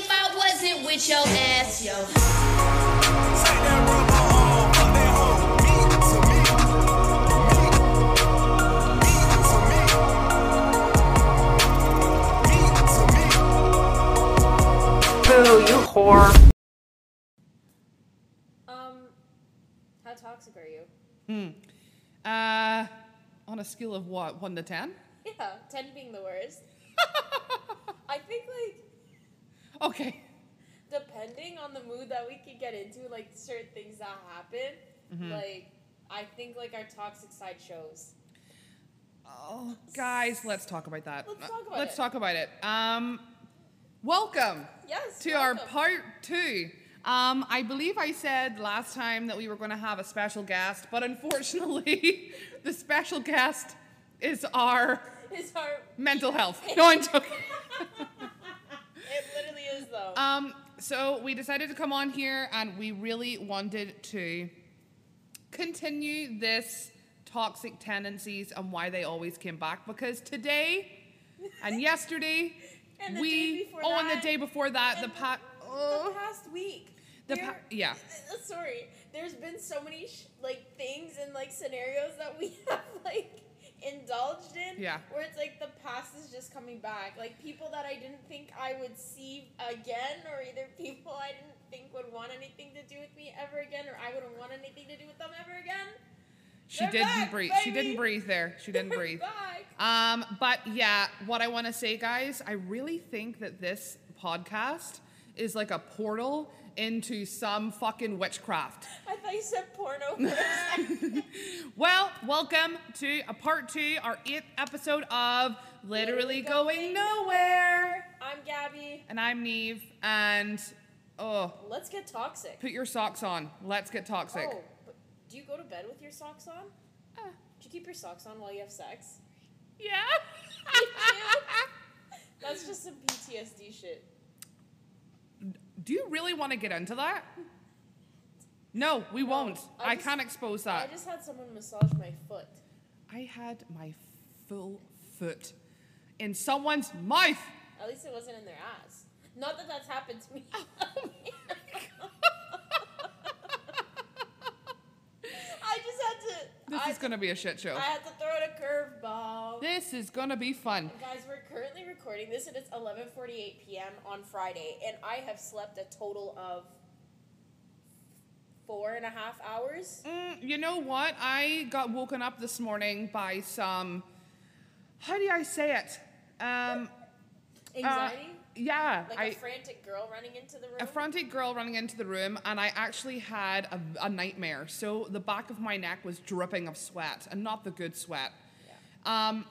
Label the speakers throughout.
Speaker 1: flex it with your ass, yo.
Speaker 2: Boo, you whore.
Speaker 3: Um, how toxic are you?
Speaker 4: Uh, on a scale of what, one to ten?
Speaker 3: Yeah, ten being the worst. I think like
Speaker 4: Okay.
Speaker 3: depending on the mood that we could get into, like certain things that happen,
Speaker 4: Mm-hmm.
Speaker 3: like I think like our toxic side shows.
Speaker 4: Oh, guys, let's talk about that. Uh,
Speaker 3: Let's talk about
Speaker 4: Let's
Speaker 3: it.
Speaker 4: talk about it. Um, welcome
Speaker 3: Yes,
Speaker 4: to our
Speaker 3: welcome.
Speaker 4: part two. Um, I believe I said last time that we were going to have a special guest, but unfortunately, the special guest is our
Speaker 3: Is our
Speaker 4: mental health. No, I'm joking.
Speaker 3: it literally is though.
Speaker 4: Um, so we decided to come on here, and we really wanted to continue this toxic tendencies and why they always came back because today and yesterday
Speaker 3: And the day
Speaker 4: we
Speaker 3: before
Speaker 4: oh and the
Speaker 3: that, Oh.
Speaker 4: day before that the
Speaker 3: and
Speaker 4: pat
Speaker 3: the past week.
Speaker 4: Oh. The
Speaker 3: there-
Speaker 4: pa- yeah.
Speaker 3: uh, Sorry, there's been so many sh- like things and like scenarios that we have like indulged in.
Speaker 4: Yeah.
Speaker 3: Where it's like the past is just coming back. Like people that I didn't think I would see again, or either people I didn't think would want anything to do with me ever again, or I wouldn't want anything to do with them ever again.
Speaker 4: she
Speaker 3: They're
Speaker 4: didn't
Speaker 3: back,
Speaker 4: breathe she
Speaker 3: baby.
Speaker 4: didn't breathe there she didn't breathe
Speaker 3: Back.
Speaker 4: Um, but yeah, what I want to say, guys, I really think that this podcast is like a portal into some fucking witchcraft.
Speaker 3: I thought you said porno. for a second.
Speaker 4: Well, welcome to a part two, our eighth episode of Literally Going Nowhere.
Speaker 3: I'm Gabby.
Speaker 4: And I'm Neve, and oh,
Speaker 3: Let's get toxic.
Speaker 4: put your socks on. Let's get toxic.
Speaker 3: Oh, but do you go to bed with your socks on?
Speaker 4: Uh,
Speaker 3: Do you keep your socks on while you have sex?
Speaker 4: yeah.
Speaker 3: That's just some PTSD shit.
Speaker 4: Do you really want to get into that? No, we won't.
Speaker 3: I
Speaker 4: I,
Speaker 3: just-
Speaker 4: can't expose
Speaker 3: I
Speaker 4: that.
Speaker 3: just had someone massage my foot.
Speaker 4: I had my full foot in someone's mouth.
Speaker 3: At least it wasn't in their ass. Not that that's happened to me. I just had to.
Speaker 4: This
Speaker 3: I,
Speaker 4: is gonna be a shit show.
Speaker 3: I had to throw out a curveball.
Speaker 4: this is gonna be fun.
Speaker 3: Guys, we're currently recording this, and it's 11:48 p.m. on Friday, and I have slept a total of four and a half hours.
Speaker 4: Mm, you know what? I got woken up this morning by some. How do I say it? Um, uh,
Speaker 3: Anxiety.
Speaker 4: yeah,
Speaker 3: like
Speaker 4: I-
Speaker 3: a frantic girl running into the room.
Speaker 4: a frantic girl running into the room, and I actually had a, a nightmare. So the back of my neck was dripping of sweat, and not the good sweat. Um,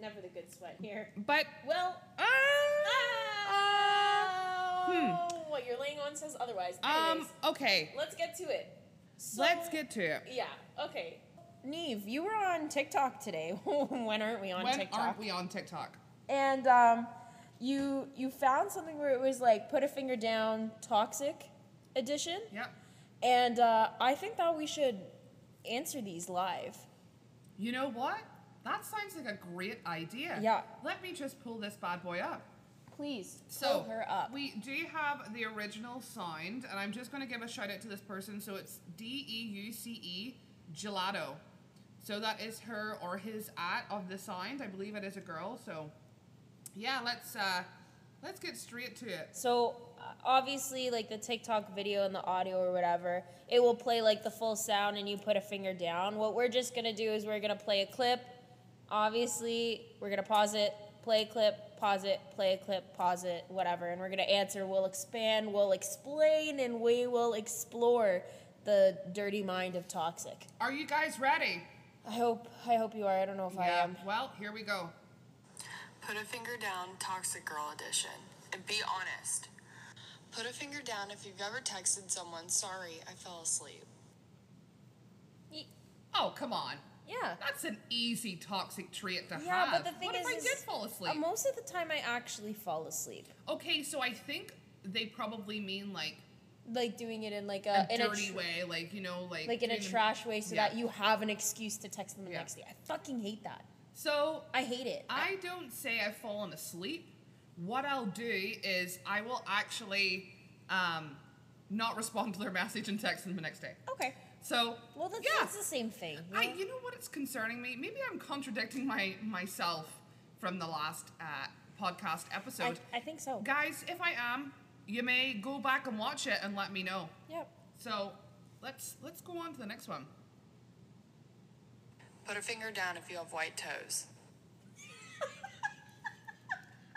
Speaker 3: Never the good sweat here.
Speaker 4: but
Speaker 3: Well,
Speaker 4: ah,
Speaker 3: oh, what you're laying on says otherwise.
Speaker 4: um,
Speaker 3: Anyways,
Speaker 4: okay,
Speaker 3: let's get to it. So,
Speaker 4: let's get to it.
Speaker 3: Yeah. Okay. Neve, you were on TikTok today. when aren't we on
Speaker 4: When
Speaker 3: TikTok?
Speaker 4: aren't we on TikTok?
Speaker 3: And um, you you found something where it was like put a finger down, toxic edition.
Speaker 4: Yep.
Speaker 3: And uh, I think that we should answer these live.
Speaker 4: You know what? That sounds like a great idea.
Speaker 3: Yeah.
Speaker 4: Let me just pull this bad boy up.
Speaker 3: Please
Speaker 4: So
Speaker 3: pull her up.
Speaker 4: we do have the original sound, and I'm just going to give a shout out to this person. So it's D E U C E Gelato. So that is her or his at of the sound. I believe it is a girl. So yeah, let's uh, let's get straight to it.
Speaker 3: So uh, obviously, like the TikTok video and the audio or whatever, it will play like the full sound, and you put a finger down. What we're just gonna do is we're gonna play a clip. Obviously, we're gonna pause it, play a clip, pause it, play a clip, pause it, whatever, and we're gonna answer. We'll expand, we'll explain, and we will explore the dirty mind of toxic.
Speaker 4: Are you guys ready?
Speaker 3: I hope I hope you are. I don't know if I am.
Speaker 4: Well, here we go.
Speaker 5: Put a finger down, toxic girl edition. And be honest. Put a finger down if you've ever texted someone, sorry, I fell asleep.
Speaker 3: Y-
Speaker 4: Oh come on.
Speaker 3: Yeah.
Speaker 4: That's an easy toxic trait to
Speaker 3: Yeah,
Speaker 4: have.
Speaker 3: but the thing
Speaker 4: what
Speaker 3: is,
Speaker 4: if I
Speaker 3: is,
Speaker 4: did fall asleep?
Speaker 3: uh, most of the time I actually fall asleep.
Speaker 4: Okay, so I think they probably mean like
Speaker 3: like doing it in like
Speaker 4: a
Speaker 3: a, Uh, in a
Speaker 4: dirty
Speaker 3: tr-
Speaker 4: way, like you know, like
Speaker 3: like in a
Speaker 4: doing-
Speaker 3: trash way, so
Speaker 4: Yeah.
Speaker 3: that you have an excuse to text them the
Speaker 4: Yeah.
Speaker 3: next day. I fucking hate that.
Speaker 4: So
Speaker 3: I hate it.
Speaker 4: I don't say I've fallen asleep. What I'll do is I will actually um, not respond to their message and text them the next day.
Speaker 3: Okay.
Speaker 4: So
Speaker 3: Well, that's,
Speaker 4: yeah.
Speaker 3: that's the same thing. you
Speaker 4: I,
Speaker 3: know?
Speaker 4: you know what it's concerning me? Maybe I'm contradicting my myself from the last uh, podcast
Speaker 3: I,
Speaker 4: episode.
Speaker 3: I think so.
Speaker 4: Guys, if I am, you may go back and watch it and let me know.
Speaker 3: Yep.
Speaker 4: So let's let's go on to the next one.
Speaker 5: Put a finger down if you have white toes.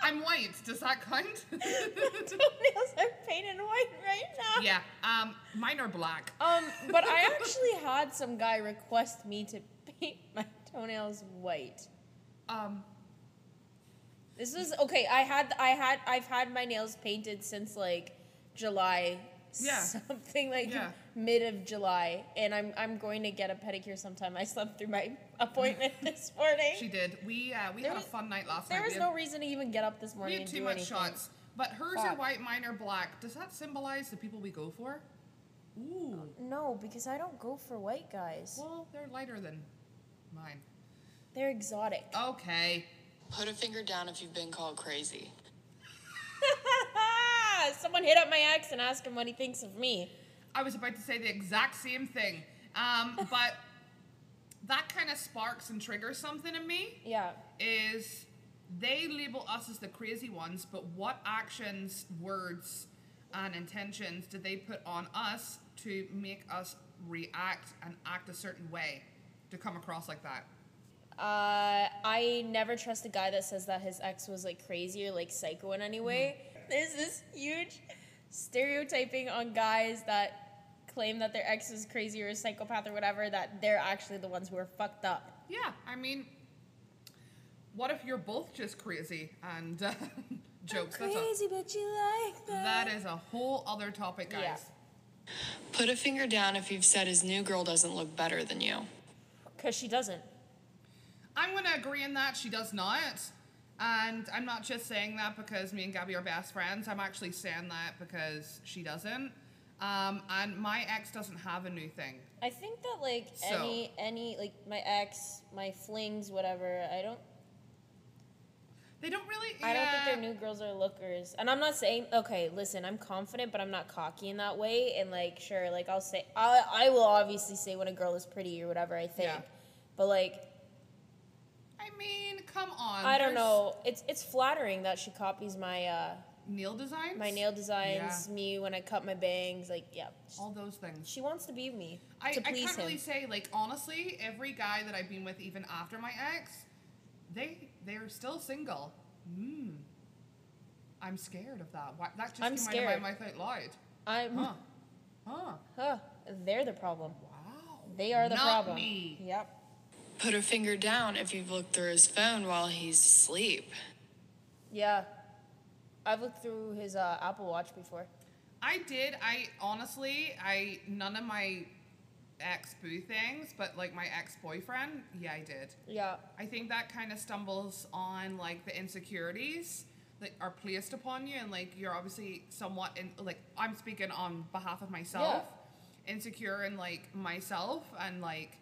Speaker 4: I'm white. Does that count?
Speaker 3: Toenails are painted white right now.
Speaker 4: yeah. Um, mine are black.
Speaker 3: Um, but I actually had some guy request me to paint my toenails white.
Speaker 4: Um,
Speaker 3: This was okay. I had I had I've had my nails painted since like July.
Speaker 4: Yeah.
Speaker 3: Something like
Speaker 4: Yeah.
Speaker 3: mid of July, and I'm I'm going to get a pedicure sometime. I slept through my appointment this morning.
Speaker 4: she did. We uh, we
Speaker 3: There
Speaker 4: had a
Speaker 3: was-
Speaker 4: fun night last
Speaker 3: there
Speaker 4: night.
Speaker 3: was
Speaker 4: we
Speaker 3: no
Speaker 4: had,
Speaker 3: reason to even get up this
Speaker 4: we
Speaker 3: morning
Speaker 4: had
Speaker 3: and
Speaker 4: too
Speaker 3: do
Speaker 4: much
Speaker 3: anything.
Speaker 4: shots, but hers are
Speaker 3: Fuck.
Speaker 4: white, mine are black. Does that symbolize the people we go for? Ooh.
Speaker 3: No, because I don't go for white guys.
Speaker 4: Well, they're lighter than mine.
Speaker 3: They're exotic.
Speaker 4: Uh Okay.
Speaker 5: Put a finger down if you've been called crazy.
Speaker 3: Someone hit up my ex and asked him what he thinks of me.
Speaker 4: I was about to say the exact same thing. Um, but that kind of sparks and triggers something in me
Speaker 3: Yeah.
Speaker 4: is they label us as the crazy ones, but what actions, words, and intentions did they put on us to make us react and act a certain way to come across like that?
Speaker 3: Uh, I never trust a guy that says that his ex was like crazy or like psycho in any way. There's this huge stereotyping on guys that claim that their ex is crazy or a psychopath or whatever, that they're actually the ones who are fucked up.
Speaker 4: Yeah, I mean, what if you're both just crazy and uh, jokes? That's a,
Speaker 3: Crazy, but you like that.
Speaker 4: that is a whole other topic, guys.
Speaker 3: Yeah.
Speaker 5: Put a finger down if you've said his new girl doesn't look better than you.
Speaker 3: Because she doesn't.
Speaker 4: I'm going to agree in that she does not. And I'm not just saying that because me and Gabby are best friends. I'm actually saying that because she doesn't. Um, and my ex doesn't have a new thing.
Speaker 3: I think that like
Speaker 4: So-
Speaker 3: any any like my ex, my flings, whatever. I don't
Speaker 4: They don't really.
Speaker 3: I don't think
Speaker 4: yeah.
Speaker 3: they're new girls are lookers. And I'm not saying okay, listen, I'm confident, but I'm not cocky in that way. And like, sure, like I'll say I I will obviously say when a girl is pretty or whatever I think.
Speaker 4: Yeah.
Speaker 3: But like
Speaker 4: I mean, come on.
Speaker 3: I don't
Speaker 4: there's
Speaker 3: know. It's it's flattering that she copies my uh
Speaker 4: Nail designs?
Speaker 3: my nail designs,
Speaker 4: Yeah.
Speaker 3: me when I cut my bangs, like yeah.
Speaker 4: All those things.
Speaker 3: She wants to be me.
Speaker 4: I,
Speaker 3: to
Speaker 4: I
Speaker 3: please
Speaker 4: can't
Speaker 3: him.
Speaker 4: really say, like, honestly, every guy that I've been with, even after my ex, they they are still single. Mm. I'm scared of that. Why, that just
Speaker 3: I'm
Speaker 4: came out
Speaker 3: scared.
Speaker 4: of my mouth out loud.
Speaker 3: I'm
Speaker 4: Huh. Huh.
Speaker 3: huh, they're the problem.
Speaker 4: Wow.
Speaker 3: They are the
Speaker 4: Not
Speaker 3: problem.
Speaker 4: me.
Speaker 3: Yep.
Speaker 5: Put a finger down if you've looked through his phone while he's asleep.
Speaker 3: Yeah. I've looked through his uh, Apple Watch before.
Speaker 4: I did. I honestly, I none of my ex boo things, but like my ex boyfriend, yeah, I did.
Speaker 3: Yeah.
Speaker 4: I think that kind of stumbles on like the insecurities that are placed upon you, and like you're obviously somewhat in like I'm speaking on behalf of myself, insecure in like myself, and like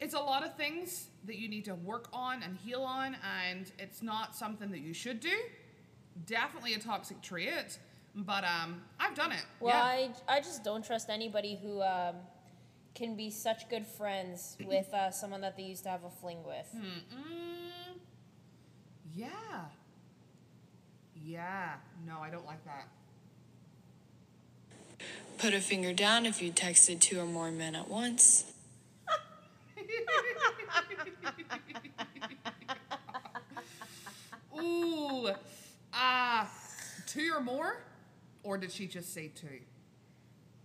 Speaker 4: it's a lot of things that you need to work on and heal on, and it's not something that you should do. Definitely a toxic trait, but um, I've done it.
Speaker 3: Well,
Speaker 4: yeah.
Speaker 3: I, I just don't trust anybody who um, can be such good friends with uh, someone that they used to have a fling with.
Speaker 4: Hmm. Mm-mm. Yeah. Yeah. No, I don't like that.
Speaker 5: Put a finger down if you texted two or more men at once.
Speaker 4: Ooh. Ah, two or more? Or did she just say two?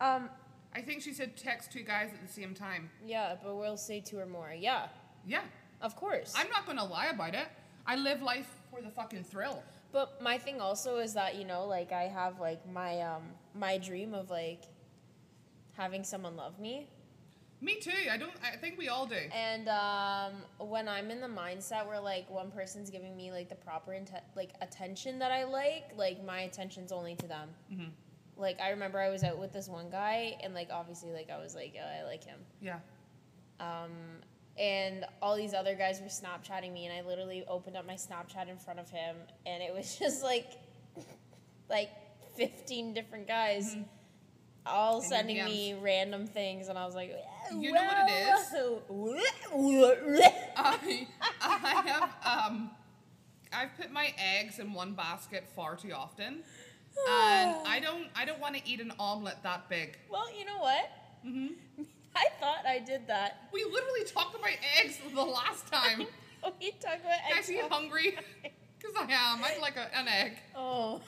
Speaker 3: Um,
Speaker 4: I think she said text two guys at the same time.
Speaker 3: yeah, but we'll say two or more. Yeah,
Speaker 4: Yeah.
Speaker 3: of course.
Speaker 4: I'm not going to lie about it. I live life for the fucking thrill.
Speaker 3: But my thing also is that you know, like I have like my um my dream of like having someone love me,
Speaker 4: Me too. I don't I think we all do.
Speaker 3: and um when I'm in the mindset where like one person's giving me like the proper inte- like attention that I like, like my attention's only to them.
Speaker 4: Mm-hmm.
Speaker 3: Like I remember I was out with this one guy, and like obviously like I was like oh, I like him,
Speaker 4: Yeah.
Speaker 3: and all these other guys were Snapchatting me, and I literally opened up my Snapchat in front of him, and it was just like, like 15 different guys all
Speaker 4: Mm-hmm. your
Speaker 3: sending me
Speaker 4: DMs.
Speaker 3: random things, and I was like,
Speaker 4: You know what it is?
Speaker 3: it is?
Speaker 4: I, I have um, I've put my eggs in one basket far too often, and I don't I don't want to eat an omelet that big.
Speaker 3: well, you know what?
Speaker 4: Mm-hmm.
Speaker 3: I thought I did that.
Speaker 4: We literally talked about eggs the last time.
Speaker 3: We talk about
Speaker 4: Guys, are you
Speaker 3: Excel.
Speaker 4: hungry? Because I am. I'd like a, an egg,
Speaker 3: Oh,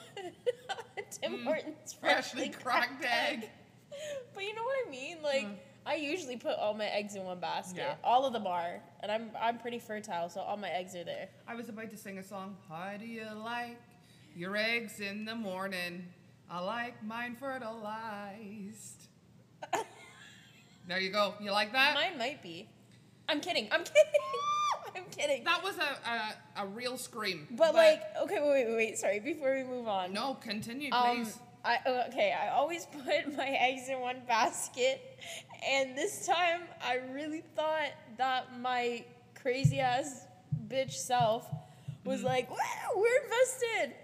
Speaker 3: Tim Hortons
Speaker 4: Mm. freshly cracked egg. Mm.
Speaker 3: But you know what I mean? Like, I usually put all my eggs in one basket.
Speaker 4: Yeah.
Speaker 3: All of them are, and I'm I'm pretty fertile, so all my eggs are there.
Speaker 4: I was about to sing a song. How do you like your eggs in the morning? I like mine fertilized. there you go. You like that?
Speaker 3: Mine might be. I'm kidding. I'm kidding. I'm kidding.
Speaker 4: That was a, a, a real scream.
Speaker 3: But like, okay, wait, wait, wait. Sorry. Before we move on,
Speaker 4: no, continue,
Speaker 3: Um,
Speaker 4: please.
Speaker 3: I oh, okay. I always put my eggs in one basket, and this time I really thought that my crazy ass bitch self
Speaker 4: Mm.
Speaker 3: was like, wow, we're invested.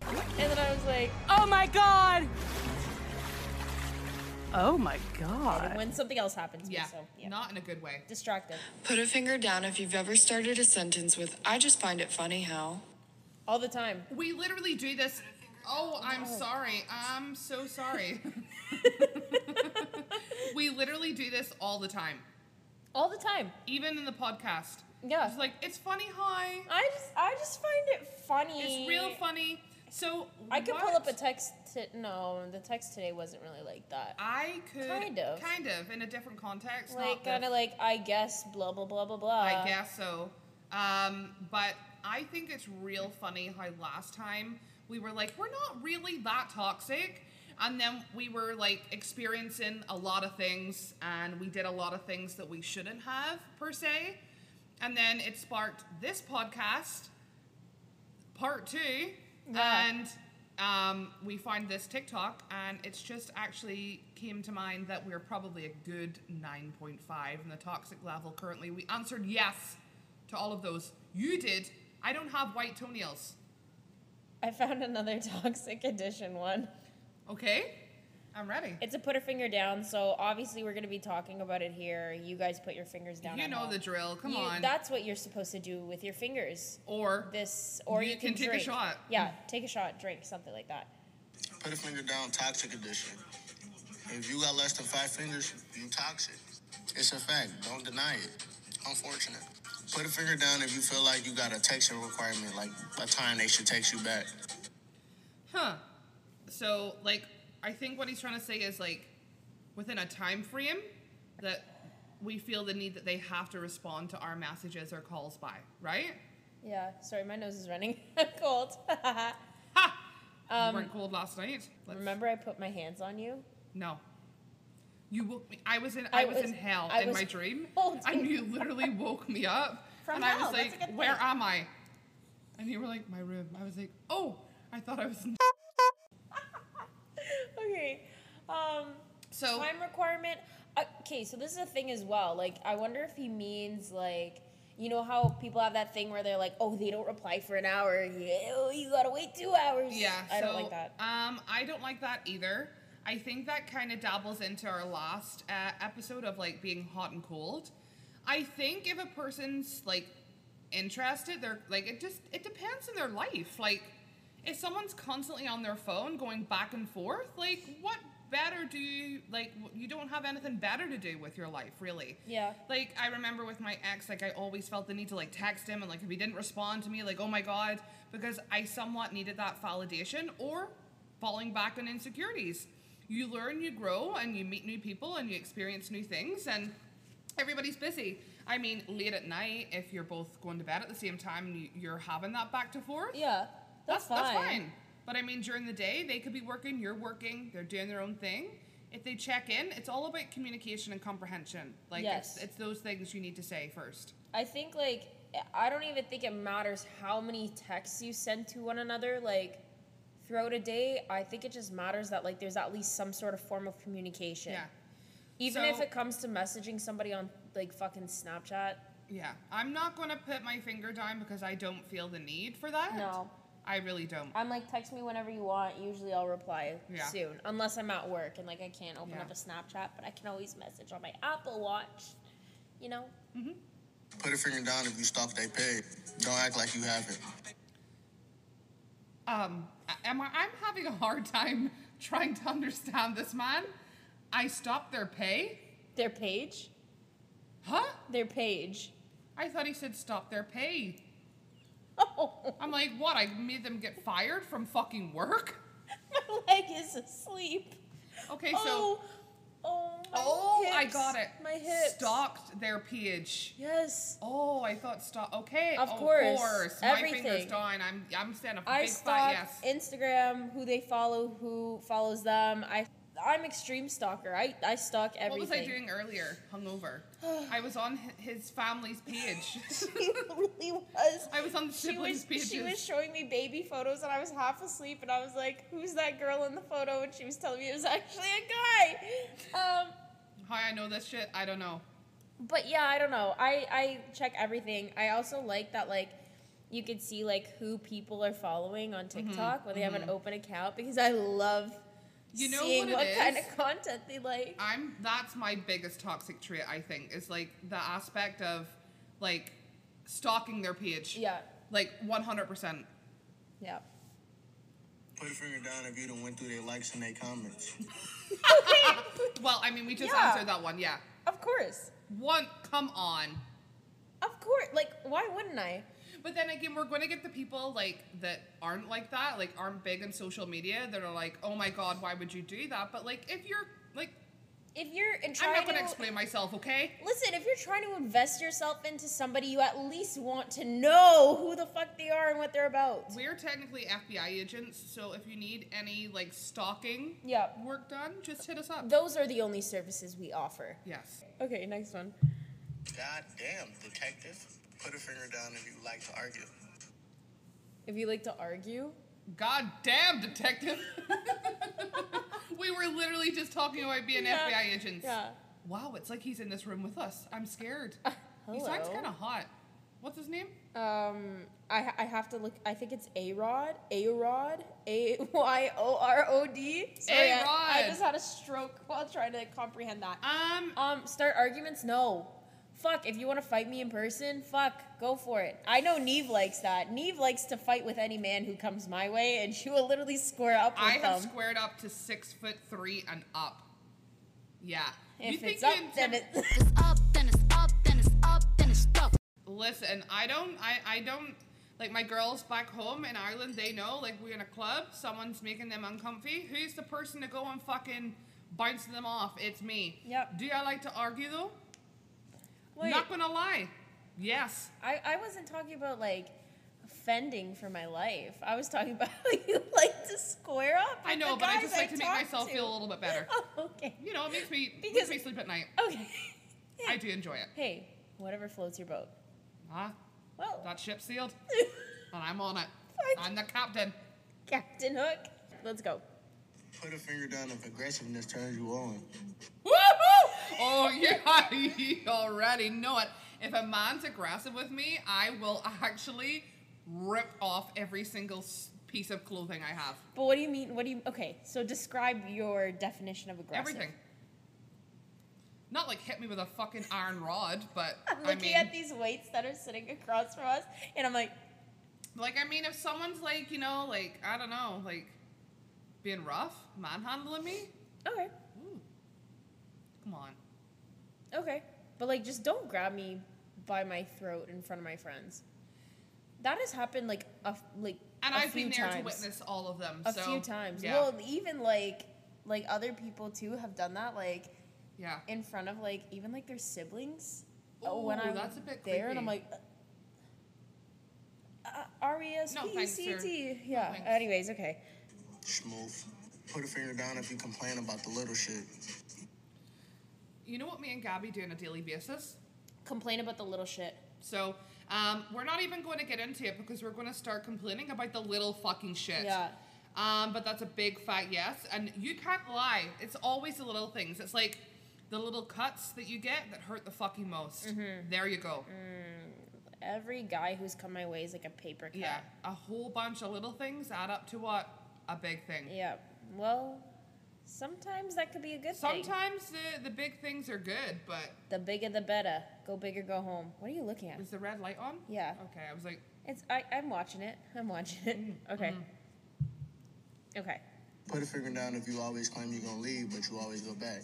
Speaker 4: Mm.
Speaker 3: And then I was like,
Speaker 6: Oh my god! Oh my god.
Speaker 3: when something else happens,
Speaker 4: yeah,
Speaker 3: yeah, so, yeah.
Speaker 4: not in a good way.
Speaker 3: distracted
Speaker 5: Put a finger down if you've ever started a sentence with, I just find it funny how.
Speaker 3: all the time.
Speaker 4: We literally do this. Oh, I'm sorry. I'm so sorry. we literally do this all the time,
Speaker 3: All the time.
Speaker 4: even in the podcast.
Speaker 3: Yeah.
Speaker 4: It's like, it's funny, hi.
Speaker 3: I just, I just find it funny.
Speaker 4: It's real funny. So,
Speaker 3: I could pull
Speaker 4: what-
Speaker 3: up a text. To, no, the text today wasn't really like that.
Speaker 4: I could.
Speaker 3: Kind of.
Speaker 4: Kind of, in a different context. not
Speaker 3: like
Speaker 4: the-
Speaker 3: kind of like uh, I guess blah blah blah blah blah.
Speaker 4: I guess so. Um, but I think it's real funny how last time we were like, we're not really that toxic. And then we were like experiencing a lot of things and we did a lot of things that we shouldn't have, per se. And then it sparked this podcast, part two.
Speaker 3: Yeah.
Speaker 4: And um, we find this TikTok, and it's just actually came to mind that we're probably a good 9.5 in the toxic level currently. We answered yes to all of those. You did. I don't have white toenails.
Speaker 3: I found another toxic edition one.
Speaker 4: Okay? I'm ready.
Speaker 3: It's a put a finger down, so obviously we're gonna be talking about it here. You guys put your fingers down.
Speaker 4: you
Speaker 3: at
Speaker 4: know
Speaker 3: home.
Speaker 4: the drill. Come
Speaker 3: You-
Speaker 4: on.
Speaker 3: That's what you're supposed to do with your fingers.
Speaker 4: or
Speaker 3: This or
Speaker 4: You
Speaker 3: you,
Speaker 4: can take a
Speaker 3: drink.
Speaker 4: shot.
Speaker 3: Yeah, take a shot, drink something like that.
Speaker 7: Put a finger down, toxic edition. If you got less than five fingers, you toxic. It's a fact. Don't deny it. Unfortunate. Put a finger down if you feel like you got a texting requirement, like a time they should text you back.
Speaker 4: huh. So, like, I think what he's trying to say is like, within a time frame that we feel the need that they have to respond to our messages or calls by, right?
Speaker 3: Yeah. Sorry, my nose is running. I'm cold.
Speaker 4: Ha! you
Speaker 3: Um,
Speaker 4: weren't cold last night. Let's-
Speaker 3: Remember, I put my hands on you.
Speaker 4: No. You woke me. I was in. I,
Speaker 3: I
Speaker 4: was,
Speaker 3: was-
Speaker 4: in hell
Speaker 3: I
Speaker 4: in
Speaker 3: was
Speaker 4: my dream,
Speaker 3: holding-
Speaker 4: and you literally woke me up.
Speaker 3: From
Speaker 4: and I
Speaker 3: hell,
Speaker 4: was
Speaker 3: that's a
Speaker 4: like,
Speaker 3: good
Speaker 4: "Where
Speaker 3: thing.
Speaker 4: am I?" And you were like, "My room." I was like, "Oh, I thought I was." In-
Speaker 3: Okay. Um.
Speaker 4: so
Speaker 3: time requirement. Uh, Okay, so this is a thing as well. Like, I wonder if he means like, you know how people have that thing where they're like, oh, they don't reply for an hour. You, you gotta wait two hours.
Speaker 4: yeah,
Speaker 3: I
Speaker 4: so,
Speaker 3: don't like that.
Speaker 4: Um, I don't like that either. I think that kind of dabbles into our last uh, episode of like being hot and cold. I think if a person's like interested, they're like it just it depends on their life. Like if someone's constantly on their phone going back and forth, like what better do you like w- you don't have anything better to do with your life really
Speaker 3: Yeah.
Speaker 4: like i remember with my ex like i always felt the need to like text him and like if he didn't respond to me like oh my god because i somewhat needed that validation or falling back on insecurities you learn you grow and you meet new people and you experience new things and everybody's busy i mean late at night if you're both going to bed at the same time and you, you're having that back to forth
Speaker 3: yeah, that's, fine.
Speaker 4: that's fine. But I mean, during the day, they could be working, you're working, they're doing their own thing. If they check in, it's all about communication and comprehension. Like,
Speaker 3: Yes.
Speaker 4: it's, it's those things you need to say first.
Speaker 3: I think like I don't even think it matters how many texts you send to one another. Like throughout a day, I think it just matters that like there's at least some sort of form of communication.
Speaker 4: Yeah.
Speaker 3: Even
Speaker 4: So-
Speaker 3: if it comes to messaging somebody on like fucking Snapchat.
Speaker 4: Yeah. I'm not going to put my finger down because I don't feel the need for that.
Speaker 3: No.
Speaker 4: I really don't.
Speaker 3: I'm like, text me whenever you want. Usually I'll reply
Speaker 4: Yeah.
Speaker 3: soon, unless I'm at work and like I can't open
Speaker 4: Yeah.
Speaker 3: up a Snapchat, but I can always message on my Apple Watch. You know,
Speaker 7: Put a finger down if you stop they pay. Don't act like you haven't.
Speaker 4: Um, I- am I, I'm having a hard time trying to understand this man. I stopped their pay?
Speaker 3: their page,
Speaker 4: Huh?
Speaker 3: their page.
Speaker 4: I thought he said stop their pay.
Speaker 3: Oh,
Speaker 4: I'm like, what? I made them get fired from fucking work?
Speaker 3: my leg is asleep.
Speaker 4: Okay,
Speaker 3: oh,
Speaker 4: so.
Speaker 3: oh, my
Speaker 4: Oh, I
Speaker 3: hips,
Speaker 4: got it.
Speaker 3: My hips.
Speaker 4: Stopped their pH.
Speaker 3: Yes,
Speaker 4: Oh, I thought stop. Okay, oh,
Speaker 3: Of
Speaker 4: of
Speaker 3: course,
Speaker 4: course. My finger's
Speaker 3: everything.
Speaker 4: done. I'm I'm standing a
Speaker 3: I
Speaker 4: big fat
Speaker 3: stalk
Speaker 4: yes.
Speaker 3: Instagram. Who they follow, who follows them. I, I'm extreme stalker. I, I stalk everything.
Speaker 4: What was I doing earlier? Hungover. I was on hi- his family's page.
Speaker 3: she really was.
Speaker 4: I was on the
Speaker 3: She was,
Speaker 4: siblings'
Speaker 3: she was
Speaker 4: pages.
Speaker 3: showing me baby photos, and I was half asleep, and I was like, "Who's that girl in the photo?" And she was telling me it was actually a guy. Um,
Speaker 4: How I know this shit? I don't know.
Speaker 3: but yeah, I don't know. I I check everything. I also like that like you could see like who people are following on
Speaker 4: Mm-hmm.
Speaker 3: TikTok when they have an open account because I love
Speaker 4: You know
Speaker 3: seeing
Speaker 4: what it
Speaker 3: what, kind
Speaker 4: is?
Speaker 3: of content they like.
Speaker 4: I'm that's my biggest toxic trait. I think is like the aspect of like stalking their page.
Speaker 3: Yeah.
Speaker 4: Like 100. percent
Speaker 3: yeah.
Speaker 7: Put a finger down if you done went through their likes and their comments.
Speaker 4: Well, I mean, we just
Speaker 3: Yeah.
Speaker 4: answered that one. Yeah.
Speaker 3: Of course.
Speaker 4: One. Come on.
Speaker 3: Of course. Like why wouldn't I?
Speaker 4: But then again, we're going to get the people like that aren't like that, like aren't big in social media that are like, oh my god, why would you do that? But like, if you're like,
Speaker 3: If you're and
Speaker 4: I'm
Speaker 3: trying
Speaker 4: not going
Speaker 3: to
Speaker 4: to explain myself, okay?
Speaker 3: Listen, if you're trying to invest yourself into somebody, you at least want to know who the fuck they are and what they're about.
Speaker 4: We're technically FBI agents, so if you need any like stalking
Speaker 3: Yeah.
Speaker 4: work done, just hit us up.
Speaker 3: Those are the only services we offer.
Speaker 4: yes.
Speaker 3: Okay, next one.
Speaker 7: God damn, detective. Put a finger down if you like to argue.
Speaker 3: If you like to argue,
Speaker 4: God damn, detective. we were literally just talking about being
Speaker 3: Yeah.
Speaker 4: FBI agents.
Speaker 3: yeah. Uh,
Speaker 4: Wow, it's like he's in this room with us. I'm scared. He
Speaker 3: Hello.
Speaker 4: sounds kind of hot. What's his name?
Speaker 3: Um, I I have to look. I think it's A Rod, A Rod, A Y O R O D. Sorry, I- I,
Speaker 4: A-Rod.
Speaker 3: just had a stroke while trying to comprehend that.
Speaker 4: Um,
Speaker 3: Um, start arguments? No. Fuck, if you want to fight me in person, fuck, go for it. I know Neve likes that. Neve likes to fight with any man who comes my way, and she will literally square up with
Speaker 4: I have
Speaker 3: them.
Speaker 4: squared up to six foot three and up. Yeah.
Speaker 3: If it's
Speaker 4: you
Speaker 3: up, then
Speaker 4: intim-
Speaker 3: it's.
Speaker 8: It's up, then it's up, then it's up, then it's up.
Speaker 4: Listen, I don't. I I don't. Like my girls back home in Ireland, they know. Like we're in a club, someone's making them uncomfy. Who's the person to go and fucking bounce them off? It's me.
Speaker 3: Yep.
Speaker 4: Do I like to argue though?
Speaker 3: Wait,
Speaker 4: Not gonna lie. Yes.
Speaker 3: I, I wasn't talking about like offending for my life. I was talking about you like to square up.
Speaker 4: I
Speaker 3: with
Speaker 4: know,
Speaker 3: the
Speaker 4: but I
Speaker 3: guys
Speaker 4: just like to make
Speaker 3: talk
Speaker 4: myself
Speaker 3: to.
Speaker 4: feel a little bit better.
Speaker 3: Oh, okay.
Speaker 4: You know, it makes me
Speaker 3: Because-
Speaker 4: makes me sleep at night.
Speaker 3: Okay.
Speaker 4: I do enjoy it.
Speaker 3: Hey, whatever floats your boat.
Speaker 4: Ah,
Speaker 3: Well,
Speaker 4: that ship sailed, and I'm on it. I'm the captain.
Speaker 3: Captain Hook, let's go.
Speaker 7: Put a finger down if aggressiveness turns you on.
Speaker 4: Woohoo! Oh yeah, you already know it. If a man's aggressive with me, I will actually rip off every single s- piece of clothing I have.
Speaker 3: But what do you mean? What do you? Okay, so describe your definition of aggressive.
Speaker 4: Everything. Not like hit me with a fucking iron rod, but
Speaker 3: I'm
Speaker 4: I
Speaker 3: looking
Speaker 4: mean,
Speaker 3: at these weights that are sitting across from us, and I'm like,
Speaker 4: like I mean, if someone's like, you know, like I don't know, like being rough, manhandling me,
Speaker 3: okay,
Speaker 4: come on.
Speaker 3: okay, but like, just don't grab me by my throat in front of my friends. That has happened like a f- like
Speaker 4: And
Speaker 3: i
Speaker 4: I've been there
Speaker 3: times.
Speaker 4: to witness all of them.
Speaker 3: a
Speaker 4: so,
Speaker 3: few times.
Speaker 4: Yeah.
Speaker 3: Well, even like like other people too have done that like
Speaker 4: yeah.
Speaker 3: in front of like even like their siblings. Uh,
Speaker 4: Ooh,
Speaker 3: I'm
Speaker 4: that's a bit
Speaker 3: there and I'm like,
Speaker 4: creepy.
Speaker 3: uh, R E S P E
Speaker 4: thanks,
Speaker 3: C
Speaker 4: sir.
Speaker 3: T. Yeah.
Speaker 4: thanks.
Speaker 3: Anyways, okay.
Speaker 7: Schmoof. Put a finger down if you complain about the little shit.
Speaker 4: You know what me and Gabby do on a daily basis?
Speaker 3: Complain about the little shit.
Speaker 4: So um, we're not even going to get into it because we're going to start complaining about the little fucking shit.
Speaker 3: Yeah.
Speaker 4: Um, but that's a big fat yes, and you can't lie. It's always the little things. It's like
Speaker 3: Mm-hmm.
Speaker 4: the little cuts that you get that hurt the fucking most. There you go.
Speaker 3: every guy who's come my way is like a paper cut.
Speaker 4: Yeah, a whole bunch of little things add up to what? A big thing.
Speaker 3: Yeah. Well, sometimes that could be a good thing.
Speaker 4: Sometimes the, the big things are good, but
Speaker 3: The bigger the better. Go big or go home. What are you looking at?
Speaker 4: is the red light on?
Speaker 3: Yeah.
Speaker 4: Okay, I was like,
Speaker 3: It's I, I'm watching it. I'm watching it.
Speaker 4: Mm-hmm.
Speaker 3: Okay. Okay.
Speaker 7: Put a finger down if you always claim you're gonna leave, but you always go back.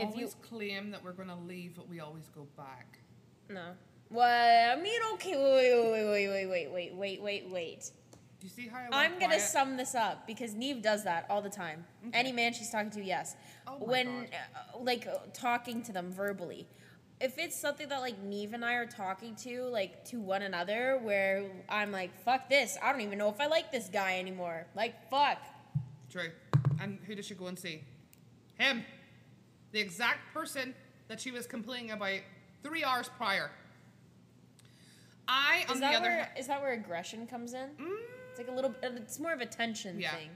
Speaker 3: If you-
Speaker 4: always claim that we're gonna leave, but we always go back.
Speaker 3: No. Well, I mean, okay. Wait, wait, wait, wait, wait, wait, wait, wait, wait.
Speaker 4: Do you see how I went
Speaker 3: I'm gonna
Speaker 4: quiet?
Speaker 3: sum this up because Neve does that all the time. Any man she's talking to, yes.
Speaker 4: Oh my
Speaker 3: when
Speaker 4: God.
Speaker 3: uh, like uh, talking to them verbally, if it's something that like Neve and I are talking to like to one another, where I'm like, "Fuck this! I don't even know if I like this guy anymore." Like, fuck.
Speaker 4: True. And who did she go and see? Him. The exact person that she was complaining about three hours prior. I,
Speaker 3: Is
Speaker 4: on the
Speaker 3: that
Speaker 4: other
Speaker 3: where is
Speaker 4: hand,
Speaker 3: that where aggression comes in? It's like a little. It's more of a tension
Speaker 4: Yeah.
Speaker 3: thing.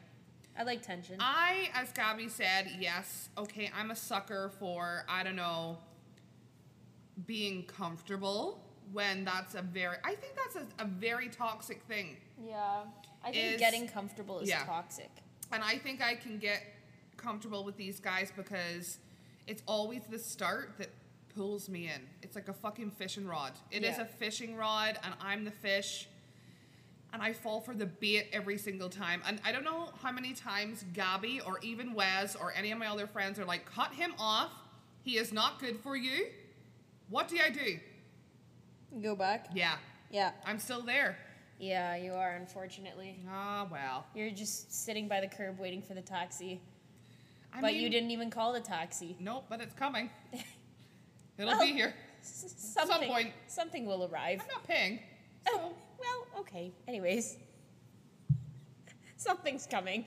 Speaker 3: I like tension.
Speaker 4: I, as Gabby said, yes, okay, I'm a sucker for, I don't know, being comfortable when that's a very, I think that's a, a very toxic thing.
Speaker 3: yeah, I think
Speaker 4: is-
Speaker 3: getting comfortable is
Speaker 4: yeah.
Speaker 3: toxic.
Speaker 4: And I think I can get comfortable with these guys because it's always the start that pulls me in. It's like a fucking fishing rod. It is
Speaker 3: Yeah.
Speaker 4: a fishing rod, and I'm the fish. And I fall for the bait every single time. And I don't know how many times Gabby or even Wes or any of my other friends are like, cut him off. He is not good for you. What do I do?
Speaker 3: Go back.
Speaker 4: Yeah,
Speaker 3: Yeah.
Speaker 4: I'm still there.
Speaker 3: Yeah, you are, unfortunately.
Speaker 4: Ah, well.
Speaker 3: You're just sitting by the curb waiting for the taxi.
Speaker 4: I
Speaker 3: but
Speaker 4: mean,
Speaker 3: you didn't even call the taxi.
Speaker 4: Nope, but it's coming. It'll
Speaker 3: Well,
Speaker 4: be here.
Speaker 3: S- Something,
Speaker 4: point.
Speaker 3: Something will arrive.
Speaker 4: I'm not paying.
Speaker 3: Oh, well, okay. Anyways, something's coming.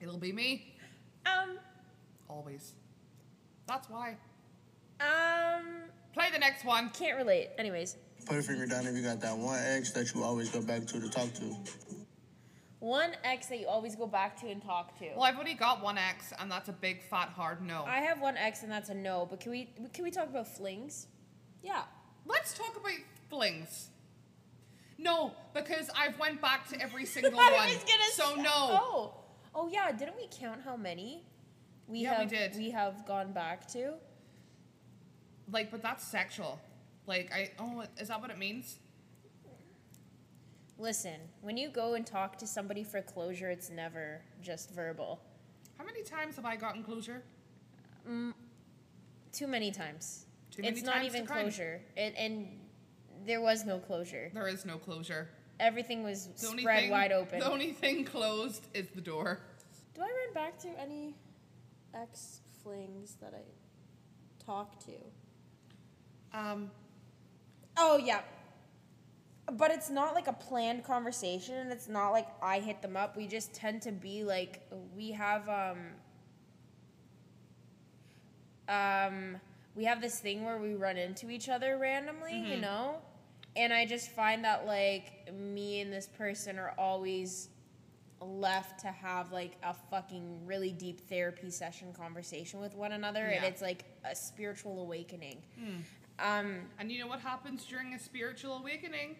Speaker 4: It'll be me.
Speaker 3: Um,
Speaker 4: Always. That's why.
Speaker 3: um,
Speaker 4: Play the next one.
Speaker 3: can't relate. Anyways,
Speaker 7: Put a finger down if you got that one ex that you always go back to to talk to.
Speaker 3: one ex that you always go back to and talk to.
Speaker 4: Well, I've only got one X, and that's a big fat hard no.
Speaker 3: I have one ex, and that's a no. But can we can we talk about flings? Yeah.
Speaker 4: Let's talk about flings. No, because I've went back to every single one.
Speaker 3: I was gonna
Speaker 4: so
Speaker 3: say-
Speaker 4: no.
Speaker 3: Oh, oh yeah. Didn't we count how many we
Speaker 4: Yeah, we
Speaker 3: have
Speaker 4: did.
Speaker 3: have gone back to?
Speaker 4: Like, but that's sexual. Like, I oh, is that what it means?
Speaker 3: Listen, when you go and talk to somebody for closure, it's never just verbal.
Speaker 4: How many times have I gotten closure?
Speaker 3: Too many times.
Speaker 4: Too many
Speaker 3: it's not
Speaker 4: times
Speaker 3: even
Speaker 4: to crime.
Speaker 3: closure. It, and there was no closure.
Speaker 4: There is no closure.
Speaker 3: Everything was
Speaker 4: The
Speaker 3: spread
Speaker 4: only thing,
Speaker 3: wide open.
Speaker 4: The only thing closed is the door.
Speaker 3: Do I run back to any ex flings that I talk to?
Speaker 4: Um,
Speaker 3: Oh yeah. But it's not like a planned conversation and it's not like I hit them up. We just tend to be like we have um um we have this thing where we run into each other randomly, you know? And I just find that like me and this person are always left to have like a fucking really deep therapy session conversation with one another and
Speaker 4: Yeah.
Speaker 3: it's like a spiritual awakening. Um
Speaker 4: and you know what happens during a spiritual awakening?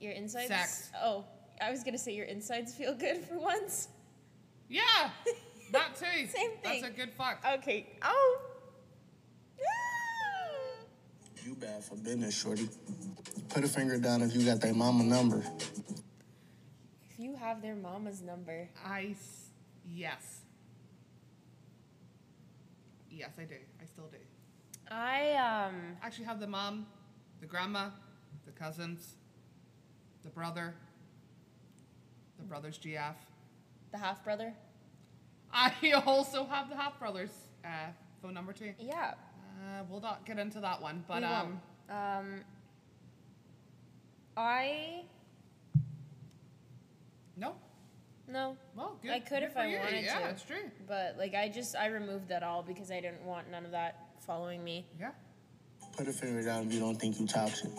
Speaker 3: Your insides.
Speaker 4: Sex.
Speaker 3: Oh, I was gonna say your insides feel good for once.
Speaker 4: Yeah, that too.
Speaker 3: Same thing.
Speaker 4: That's a good fuck.
Speaker 3: Okay. Oh.
Speaker 7: You bad for business, shorty. Put a finger down if you got that mama number.
Speaker 3: If you have their mama's number,
Speaker 4: I s- yes. Yes, I do. I still do.
Speaker 3: I um.
Speaker 4: I actually have the mom, the grandma, the cousins, the brother, the brother's GF.
Speaker 3: The half brother.
Speaker 4: I also have the half brother's uh, phone number too.
Speaker 3: Yeah.
Speaker 4: Uh, we'll not get into that one, but
Speaker 3: we won't.
Speaker 4: um,
Speaker 3: Um. I
Speaker 4: no.
Speaker 3: no.
Speaker 4: Well, good.
Speaker 3: I could
Speaker 4: good
Speaker 3: if
Speaker 4: for
Speaker 3: I
Speaker 4: you.
Speaker 3: wanted
Speaker 4: yeah,
Speaker 3: to.
Speaker 4: it's true.
Speaker 3: But like I just I removed that all because I didn't want none of that following me.
Speaker 4: Yeah.
Speaker 7: Put a finger down if you don't think you toxic.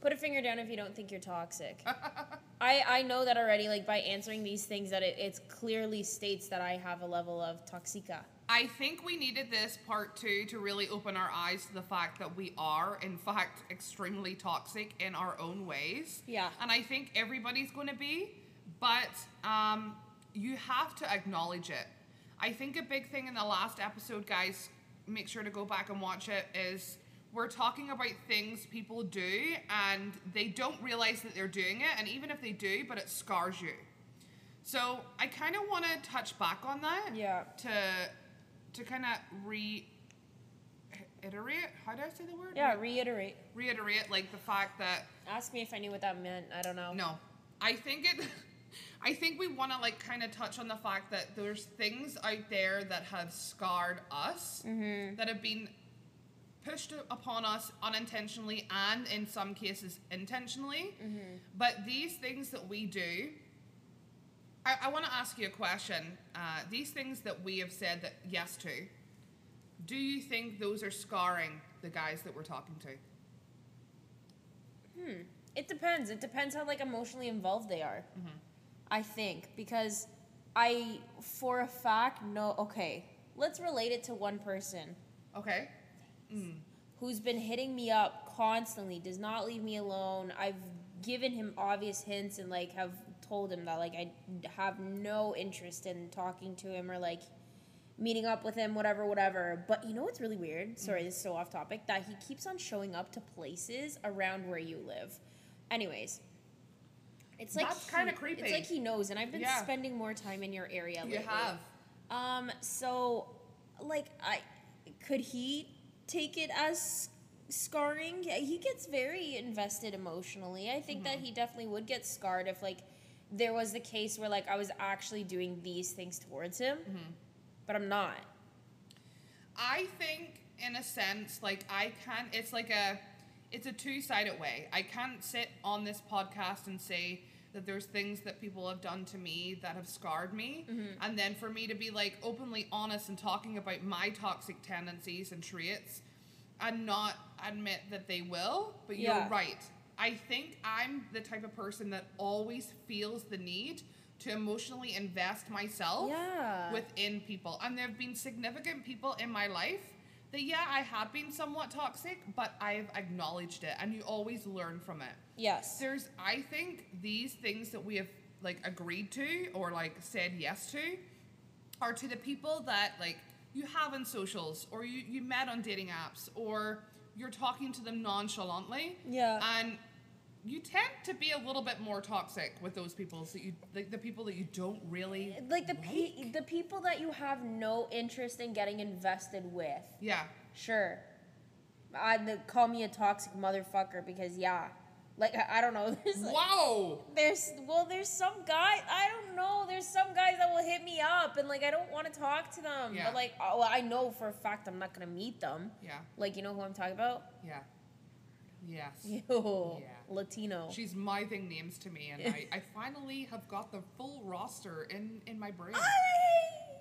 Speaker 3: Put a finger down if you don't think you're toxic. I, I know that already, like by answering these things, that it it's clearly states that I have a level of toxica.
Speaker 4: I think we needed this part two to really open our eyes to the fact that we are, in fact, extremely toxic in our own ways.
Speaker 3: Yeah.
Speaker 4: And I think everybody's going to be, but um, you have to acknowledge it. I think a big thing in the last episode, guys, make sure to go back and watch it, is we're talking about things people do and they don't realize that they're doing it. And even if they do, but it scars you. So I kind of want to touch back on that.
Speaker 3: Yeah.
Speaker 4: To to kind of reiterate. How do I say the word?
Speaker 3: Yeah,
Speaker 4: Re-
Speaker 3: reiterate.
Speaker 4: reiterate like the fact that
Speaker 3: Ask me if I knew what that meant. I don't know.
Speaker 4: no, I think it. I think we want to like kind of touch on the fact that there's things out there that have scarred us that have been pushed upon us unintentionally and in some cases intentionally. But these things that we do, I, I want to ask you a question. Uh, these things that we have said that yes to, do you think those are scarring the guys that we're talking to?
Speaker 3: It depends. It depends how like emotionally involved they are. I think because I, for a fact, know. Okay, let's relate it to one person
Speaker 4: Okay.
Speaker 3: who's been hitting me up constantly, does not leave me alone. I've given him obvious hints and like have told him that like I have no interest in talking to him or like meeting up with him, whatever, whatever. But you know what's really weird? Sorry, this is so off topic. That he keeps on showing up to places around where you live. Anyways. It's like
Speaker 4: That's
Speaker 3: he-
Speaker 4: kinda creepy.
Speaker 3: It's like he knows, and I've been
Speaker 4: Yeah.
Speaker 3: spending more time in your area.
Speaker 4: You
Speaker 3: Lately.
Speaker 4: have.
Speaker 3: Um, so, like, I could he take it as scarring? Yeah, He gets very invested emotionally. I think that he definitely would get scarred if, like, there was the case where, like, I was actually doing these things towards him, but I'm not.
Speaker 4: I think, in a sense, like I can. It's like a, it's a two-sided way. I can't sit on this podcast and say that there's things that people have done to me that have scarred me, and then for me to be like openly honest and talking about my toxic tendencies and traits, and not admit that they will. But
Speaker 3: Yeah.
Speaker 4: you're right. I think I'm the type of person that always feels the need to emotionally invest myself
Speaker 3: Yeah.
Speaker 4: with in people. And there have been significant people in my life that, yeah, I have been somewhat toxic, but I've acknowledged it and you always learn from it.
Speaker 3: Yes.
Speaker 4: There's, I think, these things that we have like agreed to or like said yes to are to the people that like you have in socials or you, you met on dating apps or you're talking to them nonchalantly.
Speaker 3: Yeah.
Speaker 4: And you tend to be a little bit more toxic with those people so you like the people that you don't really
Speaker 3: Like the pe- the people that you have no interest in getting invested with.
Speaker 4: yeah
Speaker 3: Sure. I the, call me a toxic motherfucker because yeah, like I, I don't know. There's like,
Speaker 4: Wow.
Speaker 3: There's well, there's some guys I don't know. There's some guys that will hit me up and like I don't want to talk to them.
Speaker 4: Yeah.
Speaker 3: But like, oh, well, I know for a fact I'm not gonna meet them.
Speaker 4: Yeah.
Speaker 3: Like you know who I'm talking about?
Speaker 4: Yeah. Yes.
Speaker 3: Ew, Latino.
Speaker 4: She's mouthing names to me, and I, I finally have got the full roster in, in my brain.
Speaker 3: I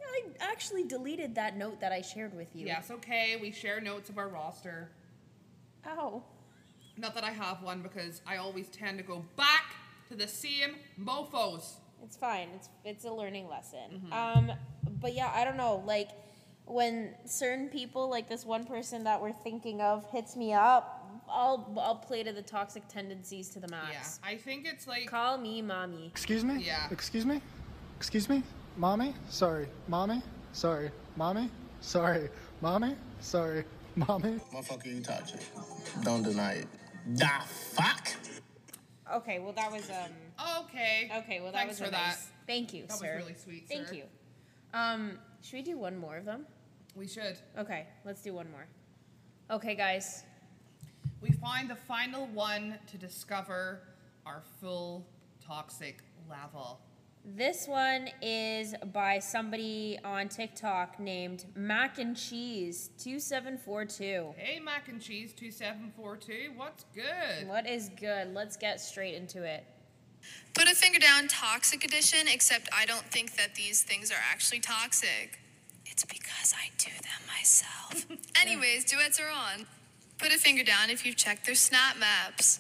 Speaker 3: I actually deleted that note that I shared with you.
Speaker 4: Yes, okay, we share notes of our roster.
Speaker 3: Ow.
Speaker 4: Not that I have one because I always tend to go back to the same mofos.
Speaker 3: It's fine. It's it's a learning lesson.
Speaker 4: Mm-hmm.
Speaker 3: Um, but yeah, I don't know. Like when certain people, like this one person that we're thinking of, hits me up, I'll I'll play to the toxic tendencies to the max.
Speaker 4: Yeah, I think it's like
Speaker 3: Call me mommy.
Speaker 9: Excuse me?
Speaker 4: Yeah.
Speaker 9: Excuse me? Excuse me? Mommy? Sorry. Mommy? Sorry. Mommy? Sorry. Mommy? Sorry. Mommy?
Speaker 7: Motherfucker, you toxic. Don't deny it. The fuck?
Speaker 3: Okay, well that was um
Speaker 4: okay.
Speaker 3: okay, well that
Speaker 4: thanks
Speaker 3: was
Speaker 4: for
Speaker 3: a
Speaker 4: that.
Speaker 3: nice- Thank you,
Speaker 4: That was
Speaker 3: sir.
Speaker 4: really sweet,
Speaker 3: Thank
Speaker 4: sir.
Speaker 3: you. Um, should we do one more of them?
Speaker 4: We should.
Speaker 3: Okay, let's do one more. Okay, guys.
Speaker 4: We find the final one to discover our full toxic level.
Speaker 3: This one is by somebody on TikTok named Mac and Cheese 2742.
Speaker 4: Hey, mac and cheese 2742, what's good?
Speaker 3: What is good? Let's get straight into it.
Speaker 5: Put a finger down, toxic edition, except I don't think that these things are actually toxic. It's because I do them myself. Anyways, duets are on. Put a finger down if you've checked their snap maps.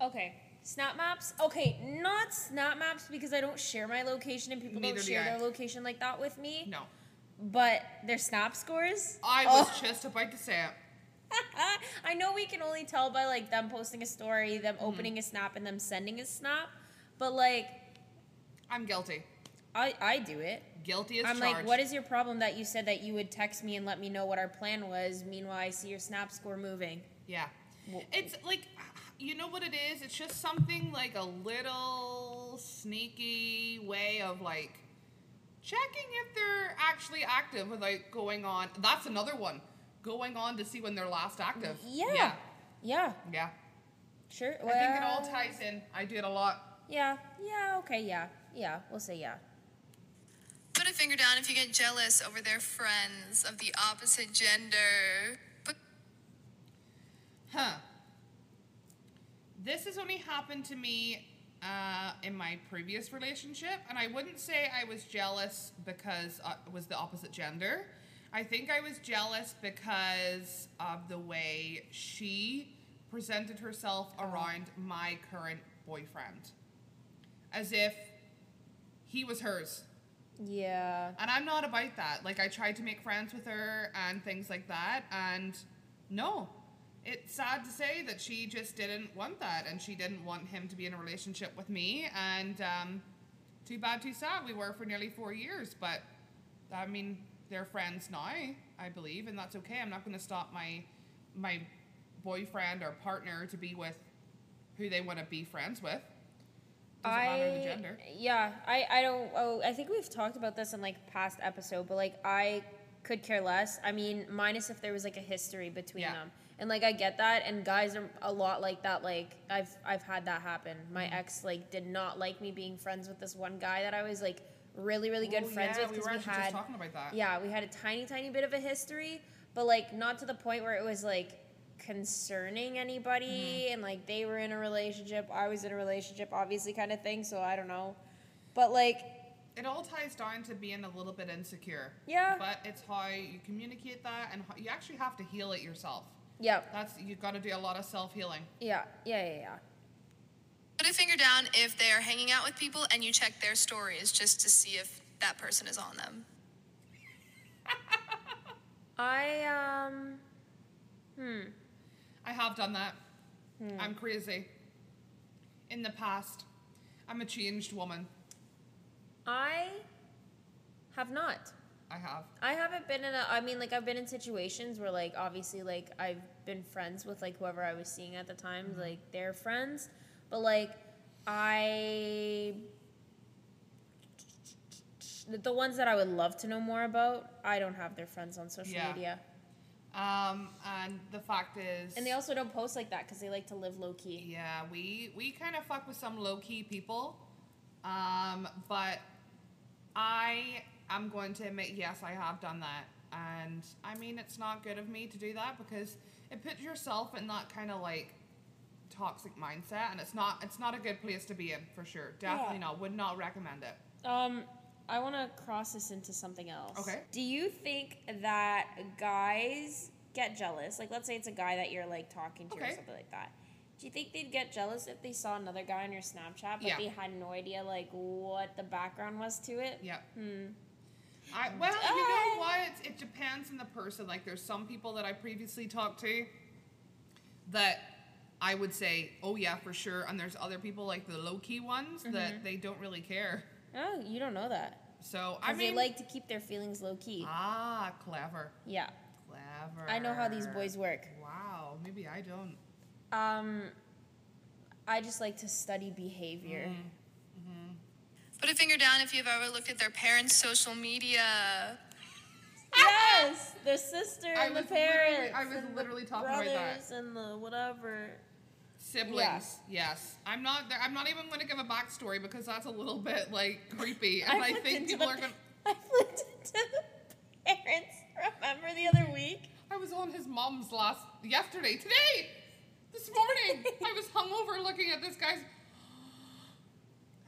Speaker 3: Okay. Snap maps? Okay, not snap maps because I don't share my location and people
Speaker 4: Neither
Speaker 3: don't
Speaker 4: do
Speaker 3: share
Speaker 4: I.
Speaker 3: their location like that with me.
Speaker 4: No.
Speaker 3: but their snap scores.
Speaker 4: I was
Speaker 3: Oh.
Speaker 4: just about to say it.
Speaker 3: I know we can only tell by like them posting a story, them
Speaker 4: Mm-hmm.
Speaker 3: opening a snap, and them sending a snap, but like
Speaker 4: I'm guilty.
Speaker 3: I I do it.
Speaker 4: Guilty as
Speaker 3: I'm
Speaker 4: charged.
Speaker 3: like, what is your problem that you said that you would text me and let me know what our plan was? Meanwhile, I see your snap score moving.
Speaker 4: Yeah. It's like, you know what it is? It's just something like a little sneaky way of like checking if they're actually active without going on. That's another one. Going on to see when they're last active.
Speaker 3: Yeah.
Speaker 4: Yeah.
Speaker 3: Yeah. Yeah.
Speaker 4: yeah.
Speaker 3: Sure.
Speaker 4: I think it all
Speaker 3: well,
Speaker 4: ties in. I do it a lot.
Speaker 3: Yeah. Yeah. Okay. Yeah. Yeah. We'll say yeah.
Speaker 5: Put a finger down if you get jealous over their friends of the opposite gender. Put
Speaker 4: Huh. This has only happened to me uh, in my previous relationship, and I wouldn't say I was jealous because uh, it was the opposite gender. I think I was jealous because of the way she presented herself around my current boyfriend, as if he was hers.
Speaker 3: Yeah.
Speaker 4: And I'm not about that. Like I tried to make friends with her and things like that and no. It's sad to say that she just didn't want that and she didn't want him to be in a relationship with me and um too bad too sad we were for nearly 4 years but I mean they're friends now, I believe, and that's okay. I'm not going to stop my my boyfriend or partner to be with who they want to be friends with. Doesn't matter the gender.
Speaker 3: Yeah, I, I don't. Oh, I think we've talked about this in like past episode, but like I could care less. I mean, minus if there was like a history between
Speaker 4: Yeah.
Speaker 3: them, and like I get that. And guys are a lot like that. Like I've I've had that happen. My
Speaker 4: Mm-hmm.
Speaker 3: ex like did not like me being friends with this one guy that I was like really really good
Speaker 4: Oh,
Speaker 3: friends
Speaker 4: yeah,
Speaker 3: with
Speaker 4: we were
Speaker 3: we,
Speaker 4: actually
Speaker 3: had
Speaker 4: just talking about that.
Speaker 3: yeah we had a tiny tiny bit of a history, but like not to the point where it was like concerning anybody and like they were in a relationship i was in a relationship obviously kind of thing so i don't know but like
Speaker 4: it all ties down to being a little bit insecure.
Speaker 3: Yeah.
Speaker 4: But it's how you communicate that, and how, you actually have to heal it yourself.
Speaker 3: yeah
Speaker 4: That's you got to do a lot of self healing.
Speaker 3: yeah yeah yeah yeah
Speaker 5: put a finger down if they are hanging out with people and you check their stories just to see if that person is on them.
Speaker 3: i um hmm
Speaker 4: I have done that. I'm crazy. In the past, I'm a changed woman.
Speaker 3: i have not
Speaker 4: I have.
Speaker 3: I haven't been in a. I mean, like I've been in situations where, like, obviously, like I've been friends with like whoever I was seeing at the time, like they're friends, but like I, the ones that I would love to know more about, I don't have their friends on social
Speaker 4: Yeah.
Speaker 3: media,
Speaker 4: Um, and the fact is,
Speaker 3: and they also don't post like that because they like to live low key.
Speaker 4: yeah, we we kind of fuck with some low key people. Um, but I am going to admit, yes, I have done that. And I mean, it's not good of me to do that because it puts yourself in that kind of like toxic mindset, and it's not it's not a good place to be in for sure. Definitely not. Would not recommend it.
Speaker 3: Um, I want to cross this into something else.
Speaker 4: Okay.
Speaker 3: Do you think that guys get jealous? Like, let's say it's a guy that you're like talking to
Speaker 4: Okay.
Speaker 3: or something like that. Do you think they'd get jealous if they saw another guy on your Snapchat, but
Speaker 4: Yeah.
Speaker 3: they had no idea like what the background was to it?
Speaker 4: Yeah. Hmm. I, well, you
Speaker 3: Done.
Speaker 4: know what? It's, it depends on the person. Like, there's some people that I previously talked to that I would say, oh, yeah, for sure. And there's other people, like the low key ones,
Speaker 3: Mm-hmm.
Speaker 4: that they don't really care.
Speaker 3: Oh, you don't know that.
Speaker 4: So, I
Speaker 3: 'Cause
Speaker 4: mean,
Speaker 3: they like to keep their feelings low key.
Speaker 4: ah, clever.
Speaker 3: yeah.
Speaker 4: Clever.
Speaker 3: I know how these boys work.
Speaker 4: Wow, maybe I don't.
Speaker 3: Um, I just like to study behavior.
Speaker 4: Mm.
Speaker 5: Put a finger down if you've ever looked at their parents' social media.
Speaker 3: Yes, the sister
Speaker 4: I
Speaker 3: and the
Speaker 4: was literally-
Speaker 3: parents.
Speaker 4: I was
Speaker 3: and the
Speaker 4: literally talking about that.
Speaker 3: brothers And the whatever.
Speaker 4: Siblings, yes. I'm not. There, I'm not even going to give a backstory because that's a little bit like creepy, and I,
Speaker 3: flipped
Speaker 4: think
Speaker 3: into
Speaker 4: people
Speaker 3: the-
Speaker 4: are going.
Speaker 3: I flipped into the parents. Remember the other week?
Speaker 4: I was on his mom's last yesterday, today, this morning. I was hungover looking at this guy's,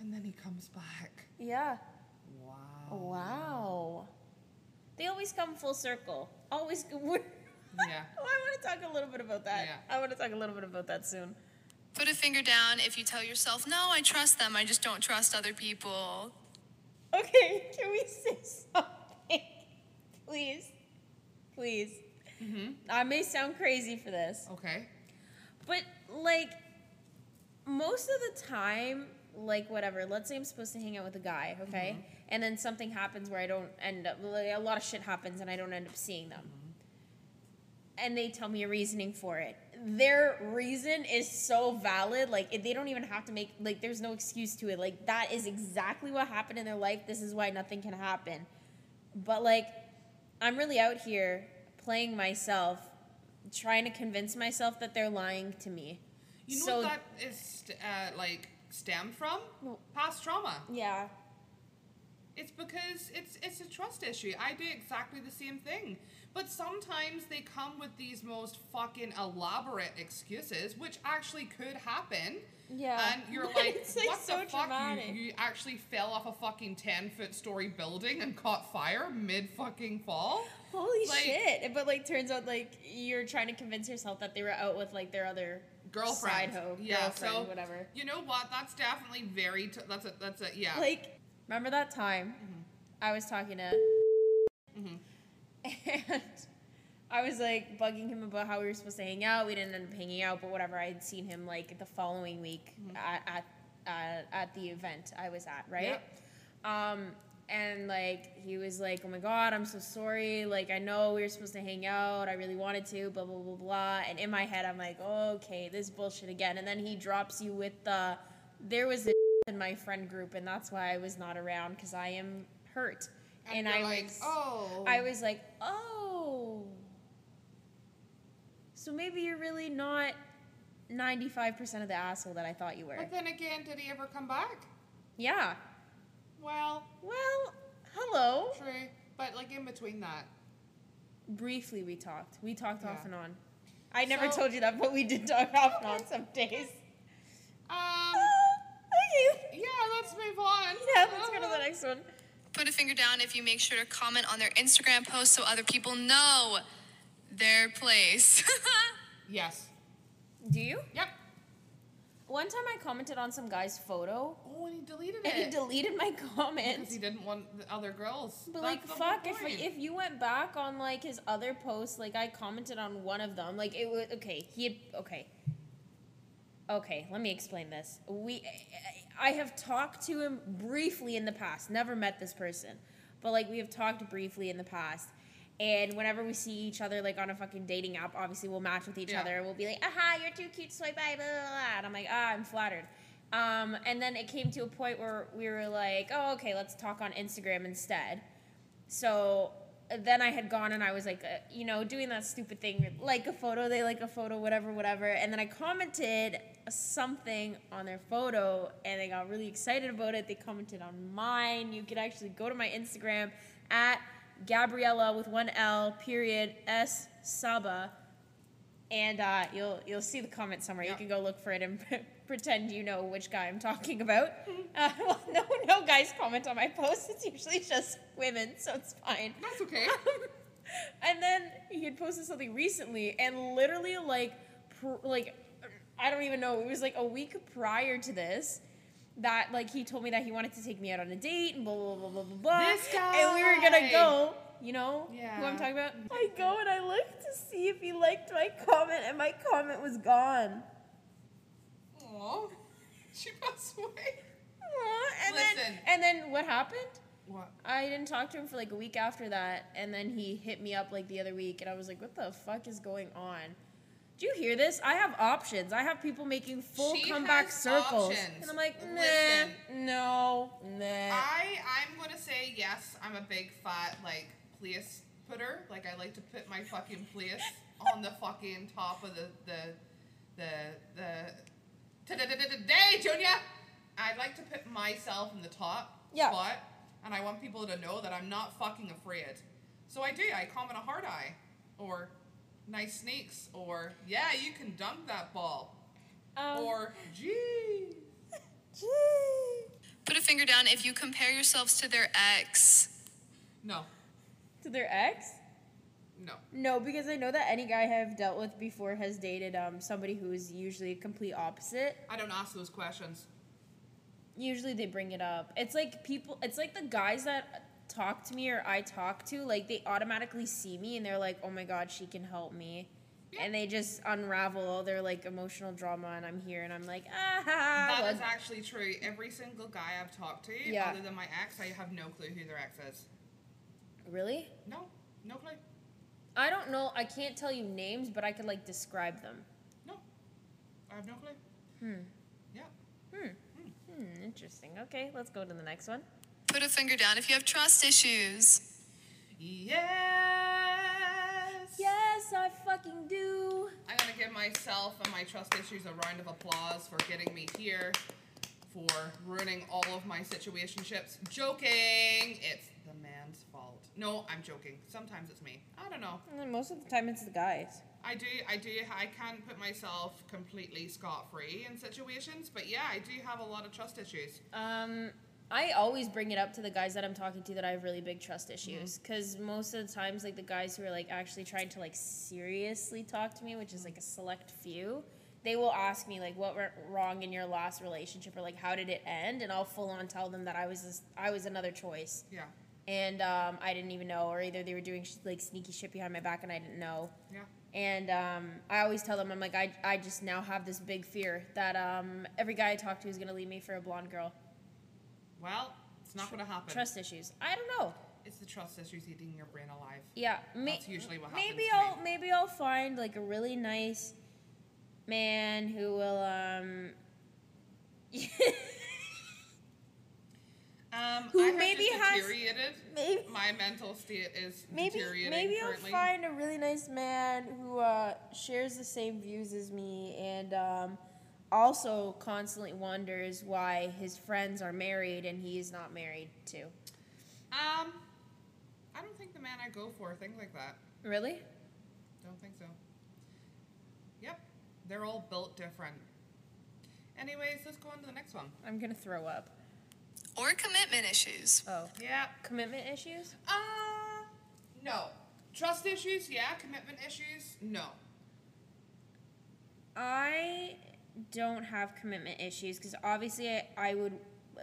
Speaker 4: and then he comes back.
Speaker 3: Yeah.
Speaker 4: Wow.
Speaker 3: Wow. They always come full circle. Always. We're,
Speaker 4: Yeah.
Speaker 3: Oh, I want to talk a little bit about that.
Speaker 4: Yeah.
Speaker 3: I want to talk a little bit about that soon.
Speaker 5: Put a finger down if you tell yourself, no, I trust them, I just don't trust other people.
Speaker 3: Okay, can we say something? Please. Please.
Speaker 4: Mm-hmm.
Speaker 3: I may sound crazy for this,
Speaker 4: Okay.
Speaker 3: but like most of the time, like whatever, let's say I'm supposed to hang out with a guy, okay?
Speaker 4: Mm-hmm.
Speaker 3: And then something happens where I don't end up, like, a lot of shit happens and I don't end up seeing them.
Speaker 4: Mm-hmm.
Speaker 3: And they tell me a reasoning for it. Their reason is so valid, like it- they don't even have to make like there's no excuse to it. Like that is exactly what happened in their life. This is why nothing can happen. But like I'm really out here playing myself, trying to convince myself that they're lying to me.
Speaker 4: You know
Speaker 3: So-
Speaker 4: what that is st- uh, like stemmed from? Past trauma.
Speaker 3: Yeah.
Speaker 4: It's because it's it's a trust issue. I do exactly the same thing. But sometimes they come with these most fucking elaborate excuses, which actually could happen.
Speaker 3: Yeah.
Speaker 4: And you're
Speaker 3: But
Speaker 4: like,
Speaker 3: it's, like,
Speaker 4: what
Speaker 3: so
Speaker 4: the fuck?
Speaker 3: dramatic.
Speaker 4: You, you actually fell off a fucking 10 foot story building and caught fire mid fucking fall?
Speaker 3: Holy
Speaker 4: Like-
Speaker 3: shit. But like turns out like you're trying to convince yourself that they were out with like their other
Speaker 4: Girlfriend.
Speaker 3: side hoe,
Speaker 4: yeah,
Speaker 3: girlfriend,
Speaker 4: so
Speaker 3: whatever.
Speaker 4: You know what? That's definitely very. T- that's a. That's a. Yeah.
Speaker 3: Like remember that time
Speaker 4: Mm-hmm.
Speaker 3: I was talking to
Speaker 4: Mm-hmm.
Speaker 3: and I was like bugging him about how we were supposed to hang out. We didn't end up hanging out, but whatever. I had seen him like the following week
Speaker 4: Mm-hmm.
Speaker 3: at at, at at the event I was at, right?
Speaker 4: Yep.
Speaker 3: Um, and like he was like, "Oh my god, I'm so sorry. Like I know we were supposed to hang out. I really wanted to. Blah blah blah blah." And in my head, I'm like, "Okay, this bullshit again." And then he drops you with the, "There was a in my friend group, and that's why I was not around because I am hurt." And,
Speaker 4: you're
Speaker 3: I
Speaker 4: like,
Speaker 3: was,
Speaker 4: oh.
Speaker 3: I was like, "Oh, so maybe you're really not." 95% of the asshole that I thought you were.
Speaker 4: But then again, did he ever come back?
Speaker 3: Yeah.
Speaker 4: Well,
Speaker 3: Well, hello.
Speaker 4: true. But like in between that,
Speaker 3: Briefly, we talked. We talked off
Speaker 4: Yeah.
Speaker 3: and on. I never
Speaker 4: So-
Speaker 3: told you that, but we did talk off and on some days.
Speaker 4: um,
Speaker 3: Oh, okay.
Speaker 4: yeah, let's move on.
Speaker 3: Yeah, let's go to the next one.
Speaker 5: Put a finger down if you make sure to comment on their Instagram post so other people know their place.
Speaker 4: Yes.
Speaker 3: Do you?
Speaker 4: Yep.
Speaker 3: One time I commented on some guy's photo
Speaker 4: Oh, and he deleted
Speaker 3: and he
Speaker 4: it
Speaker 3: deleted my
Speaker 4: because he
Speaker 3: comment.
Speaker 4: didn't want the other girls.
Speaker 3: But
Speaker 4: That's
Speaker 3: like,
Speaker 4: the whole
Speaker 3: fuck, if,
Speaker 4: point.
Speaker 3: if you went back on like his other posts, like I commented on one of them, like it was okay. He had, okay. Okay, let me explain this. We, I have talked to him briefly in the past. Never met this person, but like we have talked briefly in the past. And whenever we see each other, like on a fucking dating app, obviously we'll match with each
Speaker 4: Yeah.
Speaker 3: other. We'll be like, "Aha, you're too cute, swipe bye." Blah, blah, blah. And I'm like, "Ah, I'm flattered." Um, and then it came to a point where we were like, "Oh, okay, let's talk on Instagram instead." So uh, then I had gone and I was like, uh, you know, doing that stupid thing, like a photo, they like a photo, whatever, whatever. And then I commented something on their photo and they got really excited about it. They commented on mine. You could actually go to my Instagram at Gabriella with one L, period, S Saba. And uh, you'll you'll see the comment somewhere. You
Speaker 4: Yeah.
Speaker 3: can go look for it and pretend you know which guy I'm talking about. Uh, well, no, no guys comment on my posts. It's usually just women, so it's fine.
Speaker 4: That's okay.
Speaker 3: and then he had posted something recently, and literally like, pr- like, I don't even know. It was like a week prior to this. That like he told me that he wanted to take me out on a date and blah blah blah blah blah blah.
Speaker 4: This
Speaker 3: and we were gonna
Speaker 4: guy.
Speaker 3: go. You know who
Speaker 4: Yeah.
Speaker 3: I'm talking about? I go and I look to see if he liked my comment, and my comment was gone.
Speaker 4: Aw, she passed away.
Speaker 3: Aw, and then
Speaker 4: Listen.
Speaker 3: and then what happened?
Speaker 4: What?
Speaker 3: I didn't talk to him for like a week after that, and then he hit me up like the other week, and I was like, "What the fuck is going on?" Do you hear this? I have options. I have people making full
Speaker 4: She
Speaker 3: comeback
Speaker 4: has
Speaker 3: circles,
Speaker 4: options.
Speaker 3: and I'm like, "Nah,
Speaker 4: Listen.
Speaker 3: no, nah."
Speaker 4: I I'm gonna say yes. I'm a big fat like place putter. Like I like to put my fucking place on the fucking top of the the the the day, Junior. I like to put myself in the top
Speaker 3: Yeah.
Speaker 4: spot, and I want people to know that I'm not fucking afraid. So I do. I comment a hard eye, or nice sneaks, or yeah, you can dunk that ball,
Speaker 3: Um,
Speaker 4: or gee.
Speaker 5: Put a finger down if you compare yourselves to their ex.
Speaker 4: No,
Speaker 3: to their ex?
Speaker 4: no.
Speaker 3: No, because I know that any guy I have dealt with before has dated um somebody who is usually a complete opposite.
Speaker 4: I don't ask those questions.
Speaker 3: usually they bring it up. It's like people. It's like the guys that talk to me or I talk to, like they automatically see me and they're like, "Oh my god, she can help me." And they just unravel all their like emotional drama, and I'm here, and I'm like, ah, ha, ha,
Speaker 4: That is
Speaker 3: well,
Speaker 4: actually true. Every single guy I've talked to,
Speaker 3: Yeah.
Speaker 4: other than my ex, I have no clue who their ex is.
Speaker 3: really?
Speaker 4: No, no clue.
Speaker 3: I don't know. I can't tell you names, but I could like describe them.
Speaker 4: No, I have no clue. Hmm. Yeah.
Speaker 3: Hmm, interesting. Okay, let's go to the next one.
Speaker 5: Put a finger down if you have trust issues.
Speaker 4: Yes.
Speaker 3: Yes, I fucking do.
Speaker 4: I'm gonna give myself and my trust issues a round of applause for getting me here, for ruining all of my situationships. Joking. It's the man's fault. No, I'm joking. Sometimes it's me. I don't know.
Speaker 3: And then most of the time, it's the guys.
Speaker 4: I do, I do, I can put myself completely scot free in situations, but yeah, I do have a lot of trust issues.
Speaker 3: Um, I always bring it up to the guys that I'm talking to that I have really big trust issues because most of the times, like the guys who are like actually trying to like seriously talk to me, which is like a select few, they will ask me like what went wrong in your last relationship or like how did it end, and I'll full on tell them that I was this, I was another choice
Speaker 4: Yeah,
Speaker 3: and um, I didn't even know, or either they were doing sh- like sneaky shit behind my back and I didn't know.
Speaker 4: yeah,
Speaker 3: And um, I always tell them, I'm like, I, I just now have this big fear that um, every guy I talk to is gonna leave me for a blonde girl.
Speaker 4: well, it's not gonna happen.
Speaker 3: Trust issues. I don't know.
Speaker 4: It's the trust issues eating your brain alive.
Speaker 3: Yeah, ma-
Speaker 4: That's usually what happens
Speaker 3: maybe
Speaker 4: to
Speaker 3: I'll
Speaker 4: me.
Speaker 3: maybe I'll find like a really nice man who will um
Speaker 4: Um,
Speaker 3: Who
Speaker 4: I have
Speaker 3: maybe
Speaker 4: just
Speaker 3: has-
Speaker 4: deteriorated.
Speaker 3: maybe
Speaker 4: My mental state is
Speaker 3: maybe
Speaker 4: deteriorating
Speaker 3: maybe I'll
Speaker 4: currently.
Speaker 3: find a really nice man who uh, shares the same views as me and um, also constantly wonders why his friends are married and he is not married too.
Speaker 4: um, I don't think the man I go for things like that.
Speaker 3: Really?
Speaker 4: Don't think so. Yep, they're all built different. Anyways, let's go on to the next one.
Speaker 3: I'm gonna throw up.
Speaker 5: Or commitment issues.
Speaker 3: Oh,
Speaker 4: Yeah.
Speaker 3: commitment issues?
Speaker 4: Uh, no. Trust issues, yeah. Commitment issues, no.
Speaker 3: I don't have commitment issues because obviously I, I would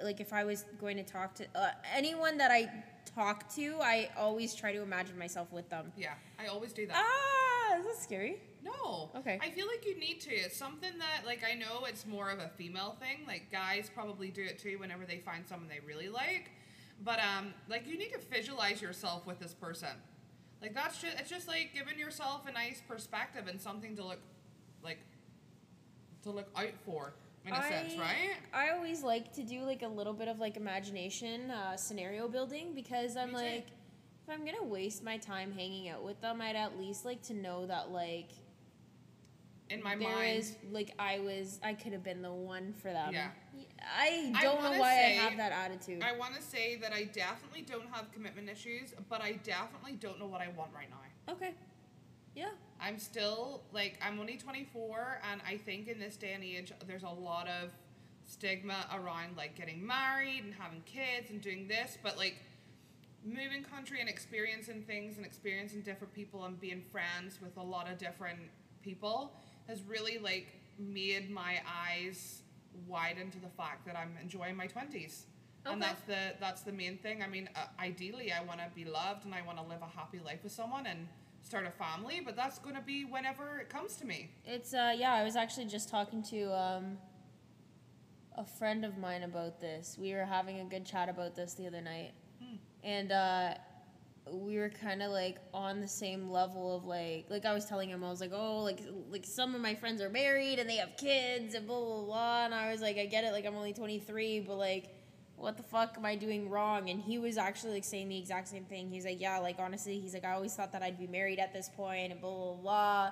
Speaker 3: like if I was going to talk to uh, anyone that I talk to, I always try to imagine myself with them.
Speaker 4: Yeah, I always do that.
Speaker 3: Ah, is that scary?
Speaker 4: No.
Speaker 3: Okay.
Speaker 4: I feel like you need to. It's something that, like, I know it's more of a female thing. Like, guys probably do it too whenever they find someone they really like. But, um, like, you need to visualize yourself with this person. Like, that's just, it's just like giving yourself a nice perspective and something to look, like, to look out for, in a sense, right?
Speaker 3: I always like to do like a little bit of like imagination uh, scenario building because I'm
Speaker 4: Me too.
Speaker 3: like, if I'm gonna waste my time hanging out with them, I'd at least like to know that like
Speaker 4: In my
Speaker 3: there is
Speaker 4: mind.
Speaker 3: like I was I could have been the one for them.
Speaker 4: Yeah.
Speaker 3: I
Speaker 4: I
Speaker 3: don't know
Speaker 4: wanna
Speaker 3: why
Speaker 4: say-
Speaker 3: I have that attitude.
Speaker 4: I want to say that I definitely don't have commitment issues, but I definitely don't know what I want right now.
Speaker 3: okay. Yeah.
Speaker 4: I'm still like I'm only 24, and I think in this day and age, there's a lot of stigma around like getting married and having kids and doing this, but like moving country and experiencing things and experiencing different people and being friends with a lot of different people has really like made my eyes widen to the fact that I'm enjoying my 20s. And
Speaker 3: Okay.
Speaker 4: that's the that's the main thing. I mean, uh, ideally I want to be loved and I want to live a happy life with someone and start a family, but that's going to be whenever it comes to me.
Speaker 3: It's uh yeah, I was actually just talking to um a friend of mine about this. We were having a good chat about this the other night. And uh we were kind of like on the same level of like like I was telling him I was like oh like like some of my friends are married and they have kids and blah blah blah and I was like I get it like I'm only 23 but like what the fuck am I doing wrong and he was actually like saying the exact same thing he's like yeah like honestly he's like I always thought that I'd be married at this point and blah blah blah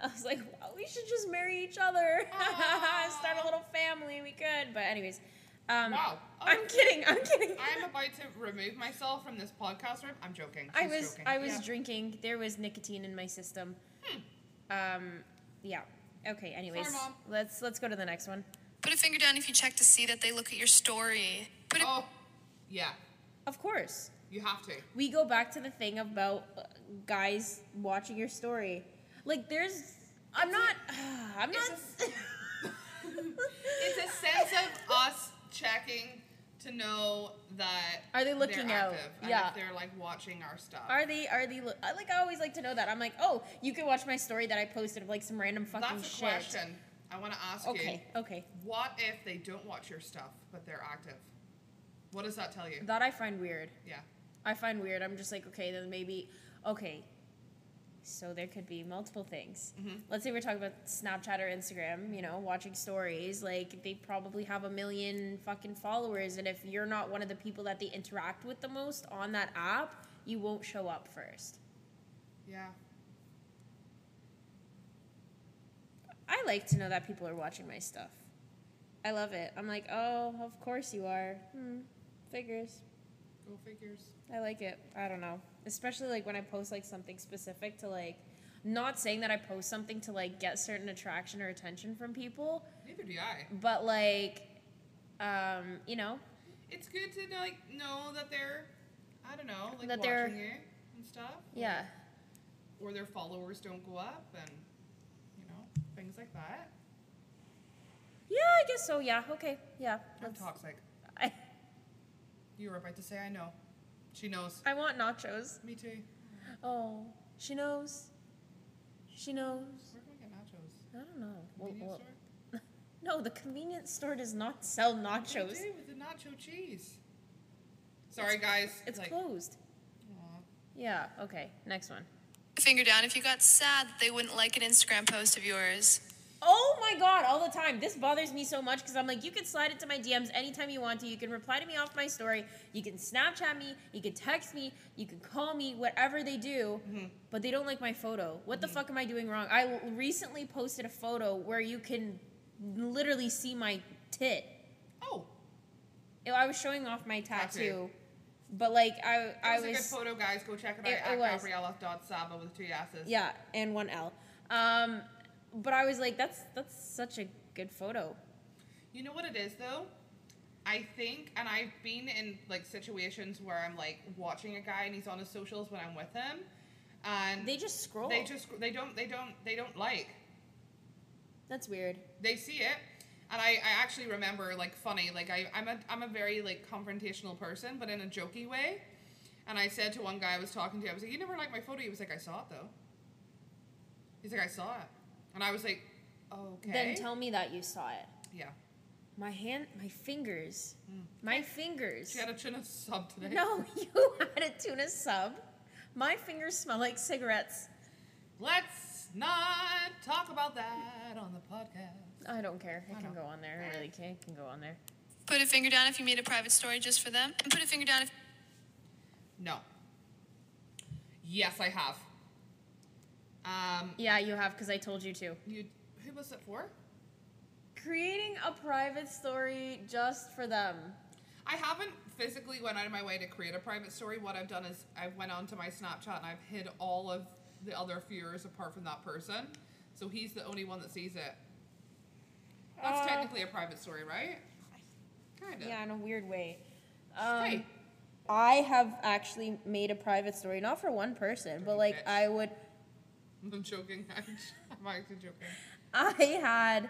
Speaker 3: I was like well, we should just marry each other start a little family we could but anyways um
Speaker 4: Wow.
Speaker 3: I'm kidding I'm kidding
Speaker 4: Oh, I'm about to remove myself from this podcast room. I'm joking.
Speaker 3: I
Speaker 4: She's
Speaker 3: was
Speaker 4: joking.
Speaker 3: I was
Speaker 4: Yeah. Hmm.
Speaker 3: drinking. There was nicotine in my system. Um, yeah. Okay. Anyways,
Speaker 4: Mom.
Speaker 3: let's let's go to the next one.
Speaker 5: Put a finger down if you check to see that they look at your story. Put a
Speaker 4: Oh, yeah.
Speaker 3: Of course,
Speaker 4: You have to.
Speaker 3: we go back to the thing about uh, guys watching your story. Like, there's. I'm not. I'm not.
Speaker 4: It's a sense of us checking to know that
Speaker 3: Are they
Speaker 4: they're
Speaker 3: looking out?
Speaker 4: active and
Speaker 3: Yeah.
Speaker 4: if they're like watching our stuff.
Speaker 3: Are they? Are they? Lo- I like. I always like to know that. I'm like, oh, you can watch my story that I posted of like some random fucking
Speaker 4: That's a
Speaker 3: shit.
Speaker 4: question I want to ask
Speaker 3: Okay.
Speaker 4: you.
Speaker 3: Okay.
Speaker 4: What if they don't watch your stuff but they're active? What does that tell you?
Speaker 3: That I find weird.
Speaker 4: yeah.
Speaker 3: I find weird. I'm just like, okay, then maybe, okay. So there could be multiple things. Let's say we're talking about Snapchat or Instagram, you know, watching stories. Like they probably have a million fucking followers, and if you're not one of the people that they interact with the most on that app, you won't show up first.
Speaker 4: Yeah.
Speaker 3: I like to know that people are watching my stuff. I love it. I'm like, oh, of course you are. Hmm, figures.
Speaker 4: Go figures.
Speaker 3: I like it. I don't know. Especially like when I post like something specific to like not saying that I post something to like get certain attraction or attention from people,
Speaker 4: Neither do I.
Speaker 3: but like um, you know,
Speaker 4: It's good to like know that they're, I don't know, like
Speaker 3: That they're-
Speaker 4: watching you and stuff,
Speaker 3: yeah.
Speaker 4: or their followers don't go up and, you know, things like that.
Speaker 3: Yeah, I guess so. Yeah. Okay. Yeah.
Speaker 4: I'm
Speaker 3: Let's
Speaker 4: toxic.
Speaker 3: I,
Speaker 4: You were about to say I know. She knows.
Speaker 3: I want nachos.
Speaker 4: Me too.
Speaker 3: Oh, she knows. She knows.
Speaker 4: Where can we get nachos?
Speaker 3: I don't know. Well,
Speaker 4: Convenience
Speaker 3: well-
Speaker 4: store?
Speaker 3: no, the convenience store does not sell
Speaker 4: They
Speaker 3: nachos.
Speaker 4: do with the nacho cheese. Sorry, guys.
Speaker 3: It's
Speaker 4: like,
Speaker 3: closed.
Speaker 4: aw.
Speaker 3: Yeah. Okay. Next one.
Speaker 5: Finger down if you got sad that they wouldn't like an Instagram post of yours.
Speaker 3: Oh my god, all the time. This bothers me so much because I'm like, you can slide into my DMs anytime you want to. You can reply to me off my story. You can Snapchat me. You can text me. You can call me. Whatever they do,
Speaker 4: Mm-hmm.
Speaker 3: but they don't like my photo. What the fuck am I doing wrong? I l- recently posted a photo where you can literally see my tit.
Speaker 4: Oh,
Speaker 3: I was showing off my tattoo,
Speaker 4: Tattoo.
Speaker 3: but like I, I
Speaker 4: that was,
Speaker 3: was
Speaker 4: a good photo, guys. Go check it out
Speaker 3: It- it
Speaker 4: at
Speaker 3: was.
Speaker 4: Gabriella.saba with two asses.
Speaker 3: Yeah, and one L. Um, but I was like, that's that's such a good photo.
Speaker 4: You know what it is though? I think, and I've been in like situations where I'm like watching a guy and he's on his socials when I'm with him, and
Speaker 3: They just scroll.
Speaker 4: they just they don't they don't they don't like
Speaker 3: that's weird.
Speaker 4: they see it. And I, I actually remember like funny like I I'm a I'm a very like confrontational person, but in a jokey way. And I said to one guy I was talking to, I was like, "You never liked my photo." He was like, "I saw it though." He's like, "I saw it," and I was like, "Okay."
Speaker 3: Then tell me that you saw it.
Speaker 4: yeah,
Speaker 3: My hand, my fingers, my fingers.
Speaker 4: she had a chin of sub today.
Speaker 3: No, you had a tuna sub. My fingers smell like cigarettes.
Speaker 4: Let's not talk about that on the podcast.
Speaker 3: I don't care. It can
Speaker 4: know.
Speaker 3: go on there. I really can. It can go on there.
Speaker 5: Put a finger down if you made a private story just for them. And put a finger down if
Speaker 4: No. Yes, I have. Um,
Speaker 3: Yeah, you have because I told you to.
Speaker 4: you. Who was it for?
Speaker 3: Creating a private story just for them.
Speaker 4: I haven't physically went out of my way to create a private story. What I've done is I've went onto my Snapchat and I've hid all of the other viewers apart from that person. So he's the only one that sees it. That's
Speaker 3: Uh,
Speaker 4: technically a private story, right? Kinda.
Speaker 3: Yeah, in a weird way. Um,
Speaker 4: Hey.
Speaker 3: I have actually made a private story, not for one person, but like
Speaker 4: bitch.
Speaker 3: I would.
Speaker 4: I'm joking. I'm actually joking.
Speaker 3: I had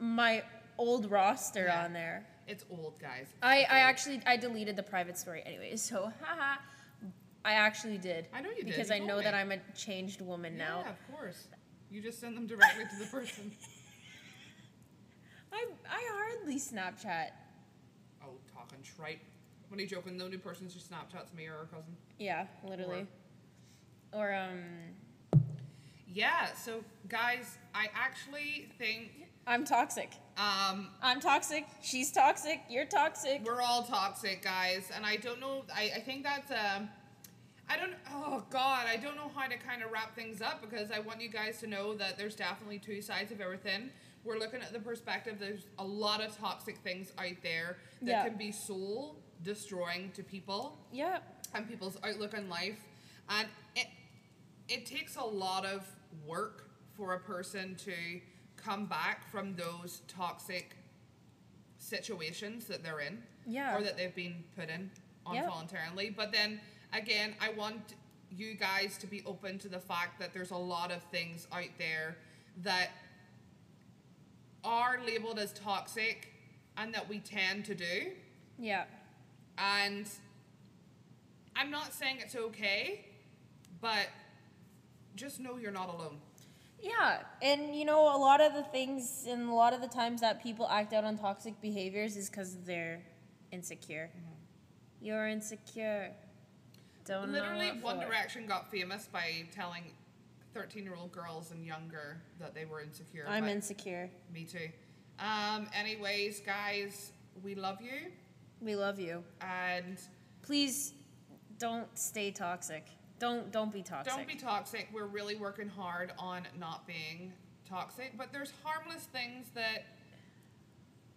Speaker 3: my old roster
Speaker 4: Yeah.
Speaker 3: on there.
Speaker 4: It's old, guys.
Speaker 3: I, I actually I deleted the private story anyway, so haha. I actually did.
Speaker 4: I know you did,
Speaker 3: because
Speaker 4: you
Speaker 3: I know
Speaker 4: told
Speaker 3: that
Speaker 4: me.
Speaker 3: I'm a changed woman now.
Speaker 4: Yeah, of course. You just send them directly to the person.
Speaker 3: I I hardly Snapchat.
Speaker 4: Oh, talking trite. When are you joking? No new person's just Snapchats me or her cousin.
Speaker 3: Yeah, literally. Or um,
Speaker 4: Yeah, so guys, I actually think
Speaker 3: I'm toxic.
Speaker 4: um,
Speaker 3: I'm toxic. She's toxic. You're toxic.
Speaker 4: we're all toxic, guys. And I don't know, I, I think that's um, I don't, oh God, I don't know how to kind of wrap things up because I want you guys to know that there's definitely two sides of everything. We're looking at the perspective, there's a lot of toxic things out there that
Speaker 3: Yeah.
Speaker 4: can be soul destroying to people.
Speaker 3: Yeah.
Speaker 4: and people's outlook on life. And it it takes a lot of work for a person to come back from those toxic situations that they're in.
Speaker 3: Yeah.
Speaker 4: Or that they've been put in on
Speaker 3: Yeah.
Speaker 4: voluntarily. But then again, I want you guys to be open to the fact that there's a lot of things out there that are labeled as toxic and that we tend to do
Speaker 3: Yeah.
Speaker 4: And I'm not saying it's okay, but just know you're not alone.
Speaker 3: Yeah, and you know, a lot of the things and a lot of the times that people act out on toxic behaviors is because they're insecure. You're insecure. Don't know
Speaker 4: Mm-hmm. Literally,
Speaker 3: what
Speaker 4: One
Speaker 3: for.
Speaker 4: Direction got famous by telling 13 year old girls and younger that they were insecure.
Speaker 3: I'm
Speaker 4: but-
Speaker 3: insecure.
Speaker 4: Me too. Um, anyways, guys, we love you.
Speaker 3: We love you.
Speaker 4: And
Speaker 3: Please don't stay toxic. Don't don't be toxic.
Speaker 4: don't be toxic. We're really working hard on not being toxic, but there's harmless things that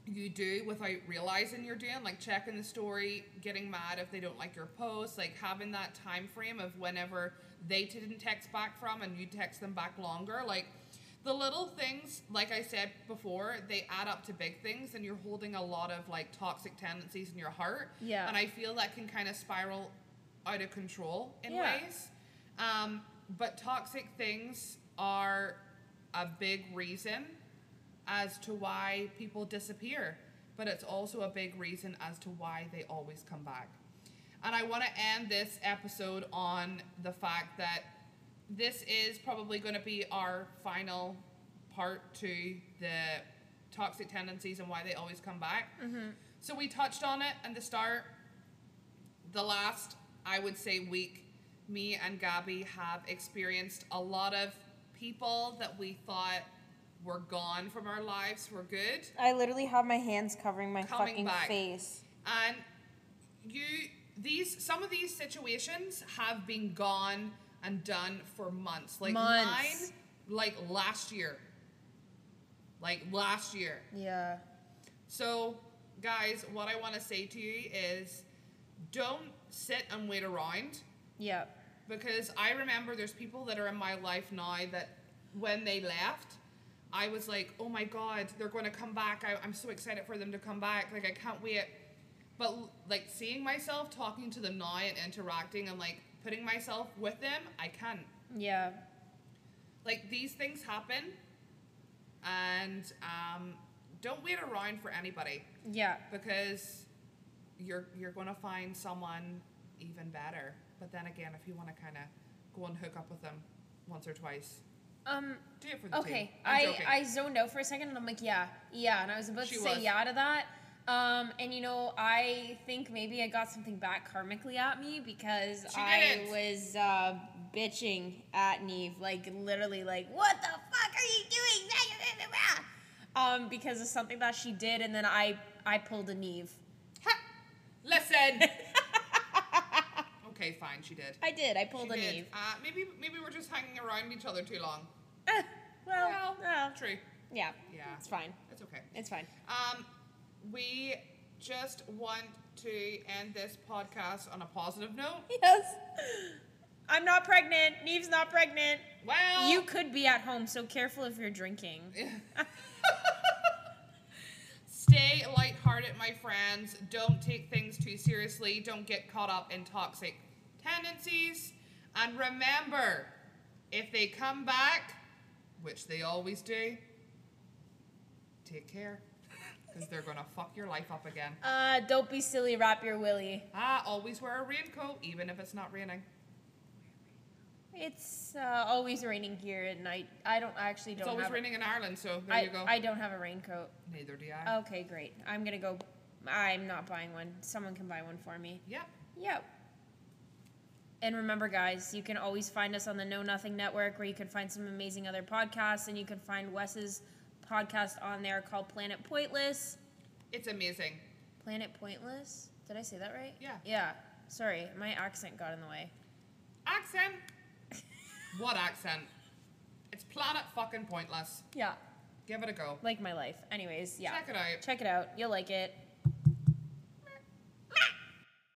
Speaker 4: you do without realizing you're doing, like checking the story, getting mad if they don't like your post, like having that time frame of whenever they didn't text back from and you text them back longer, like the little things, like I said before, they add up to big things, and you're holding a lot of like toxic tendencies in your heart.
Speaker 3: Yeah.
Speaker 4: And I feel that can kind of spiral out of control in
Speaker 3: Yeah.
Speaker 4: ways. Um, but toxic things are a big reason as to why people disappear, but it's also a big reason as to why they always come back. And I want to end this episode on the fact that this is probably going to be our final part to the toxic tendencies and why they always come back. So we touched on it in the start the last, I would say, week, me and Gabby have experienced a lot of people that we thought were gone from our lives were good.
Speaker 3: I literally have my hands covering my
Speaker 4: Coming
Speaker 3: fucking
Speaker 4: back.
Speaker 3: face.
Speaker 4: And you, these, some of these situations have been gone and done for months. Like
Speaker 3: Months.
Speaker 4: mine, like last year. Like last year.
Speaker 3: Yeah.
Speaker 4: So, guys, what I want to say to you is don't sit and wait around.
Speaker 3: Yeah.
Speaker 4: because I remember there's people that are in my life now that when they left, I was like, oh my god, they're going to come back. I, I'm so excited for them to come back. Like I can't wait. But like seeing myself talking to them now and interacting and like putting myself with them, I can't.
Speaker 3: Yeah.
Speaker 4: Like these things happen, and um, don't wait around for anybody
Speaker 3: Yeah.
Speaker 4: because you're you're gonna find someone even better. But then again, if you want to kind of go and hook up with them once or twice,
Speaker 3: Um
Speaker 4: do it for the team.
Speaker 3: Okay,
Speaker 4: I'm
Speaker 3: I,
Speaker 4: joking.
Speaker 3: I zoned out for a second and I'm like, yeah, yeah. And I was about
Speaker 4: She
Speaker 3: to say
Speaker 4: was.
Speaker 3: yeah to that. Um, and you know, I think maybe I got something back karmically at me because
Speaker 4: She
Speaker 3: I
Speaker 4: didn't.
Speaker 3: was uh, bitching at Neve, like literally, like, what the fuck are you doing? Um, because of something that she did, and then I I pulled a Neve.
Speaker 4: Ha! Listen. okay, fine. She did.
Speaker 3: I did. I pulled
Speaker 4: She
Speaker 3: a
Speaker 4: did.
Speaker 3: Neve.
Speaker 4: Uh, maybe maybe we're just hanging around each other too long.
Speaker 3: Eh, well, well,
Speaker 4: true.
Speaker 3: yeah,
Speaker 4: Yeah.
Speaker 3: it's fine.
Speaker 4: It's okay.
Speaker 3: It's fine.
Speaker 4: Um, we just want to end this podcast on a positive note.
Speaker 3: Yes. I'm not pregnant. Neve's not pregnant.
Speaker 4: Well,
Speaker 3: You could be at home, so careful if you're drinking.
Speaker 4: Stay lighthearted, my friends. Don't take things too seriously. Don't get caught up in toxic tendencies. And remember, if they come back, which they always do, take care. Because they're going to fuck your life up again.
Speaker 3: Uh, don't be silly, wrap your willy.
Speaker 4: Ah, always wear a raincoat, even if it's not raining.
Speaker 3: It's uh, always raining here at night. I don't I actually don't
Speaker 4: It's always
Speaker 3: have
Speaker 4: raining in Ireland, so there
Speaker 3: I,
Speaker 4: you go.
Speaker 3: I Oh. don't have a raincoat.
Speaker 4: Neither do I.
Speaker 3: Okay, great. I'm gonna go. I'm not buying one. Someone can buy one for me.
Speaker 4: Yep.
Speaker 3: Yep. And remember, guys, you can always find us on the Know Nothing Network, where you can find some amazing other podcasts, and you can find Wes's podcast on there called Planet Pointless.
Speaker 4: It's amazing.
Speaker 3: Planet Pointless. Did I say that right?
Speaker 4: Yeah.
Speaker 3: Yeah. Sorry, my accent got in the way.
Speaker 4: Accent? what accent? It's planet fucking pointless.
Speaker 3: Yeah.
Speaker 4: Give it a go.
Speaker 3: Like my life. Anyways, yeah.
Speaker 4: Check it out.
Speaker 3: Check it out. You'll like it.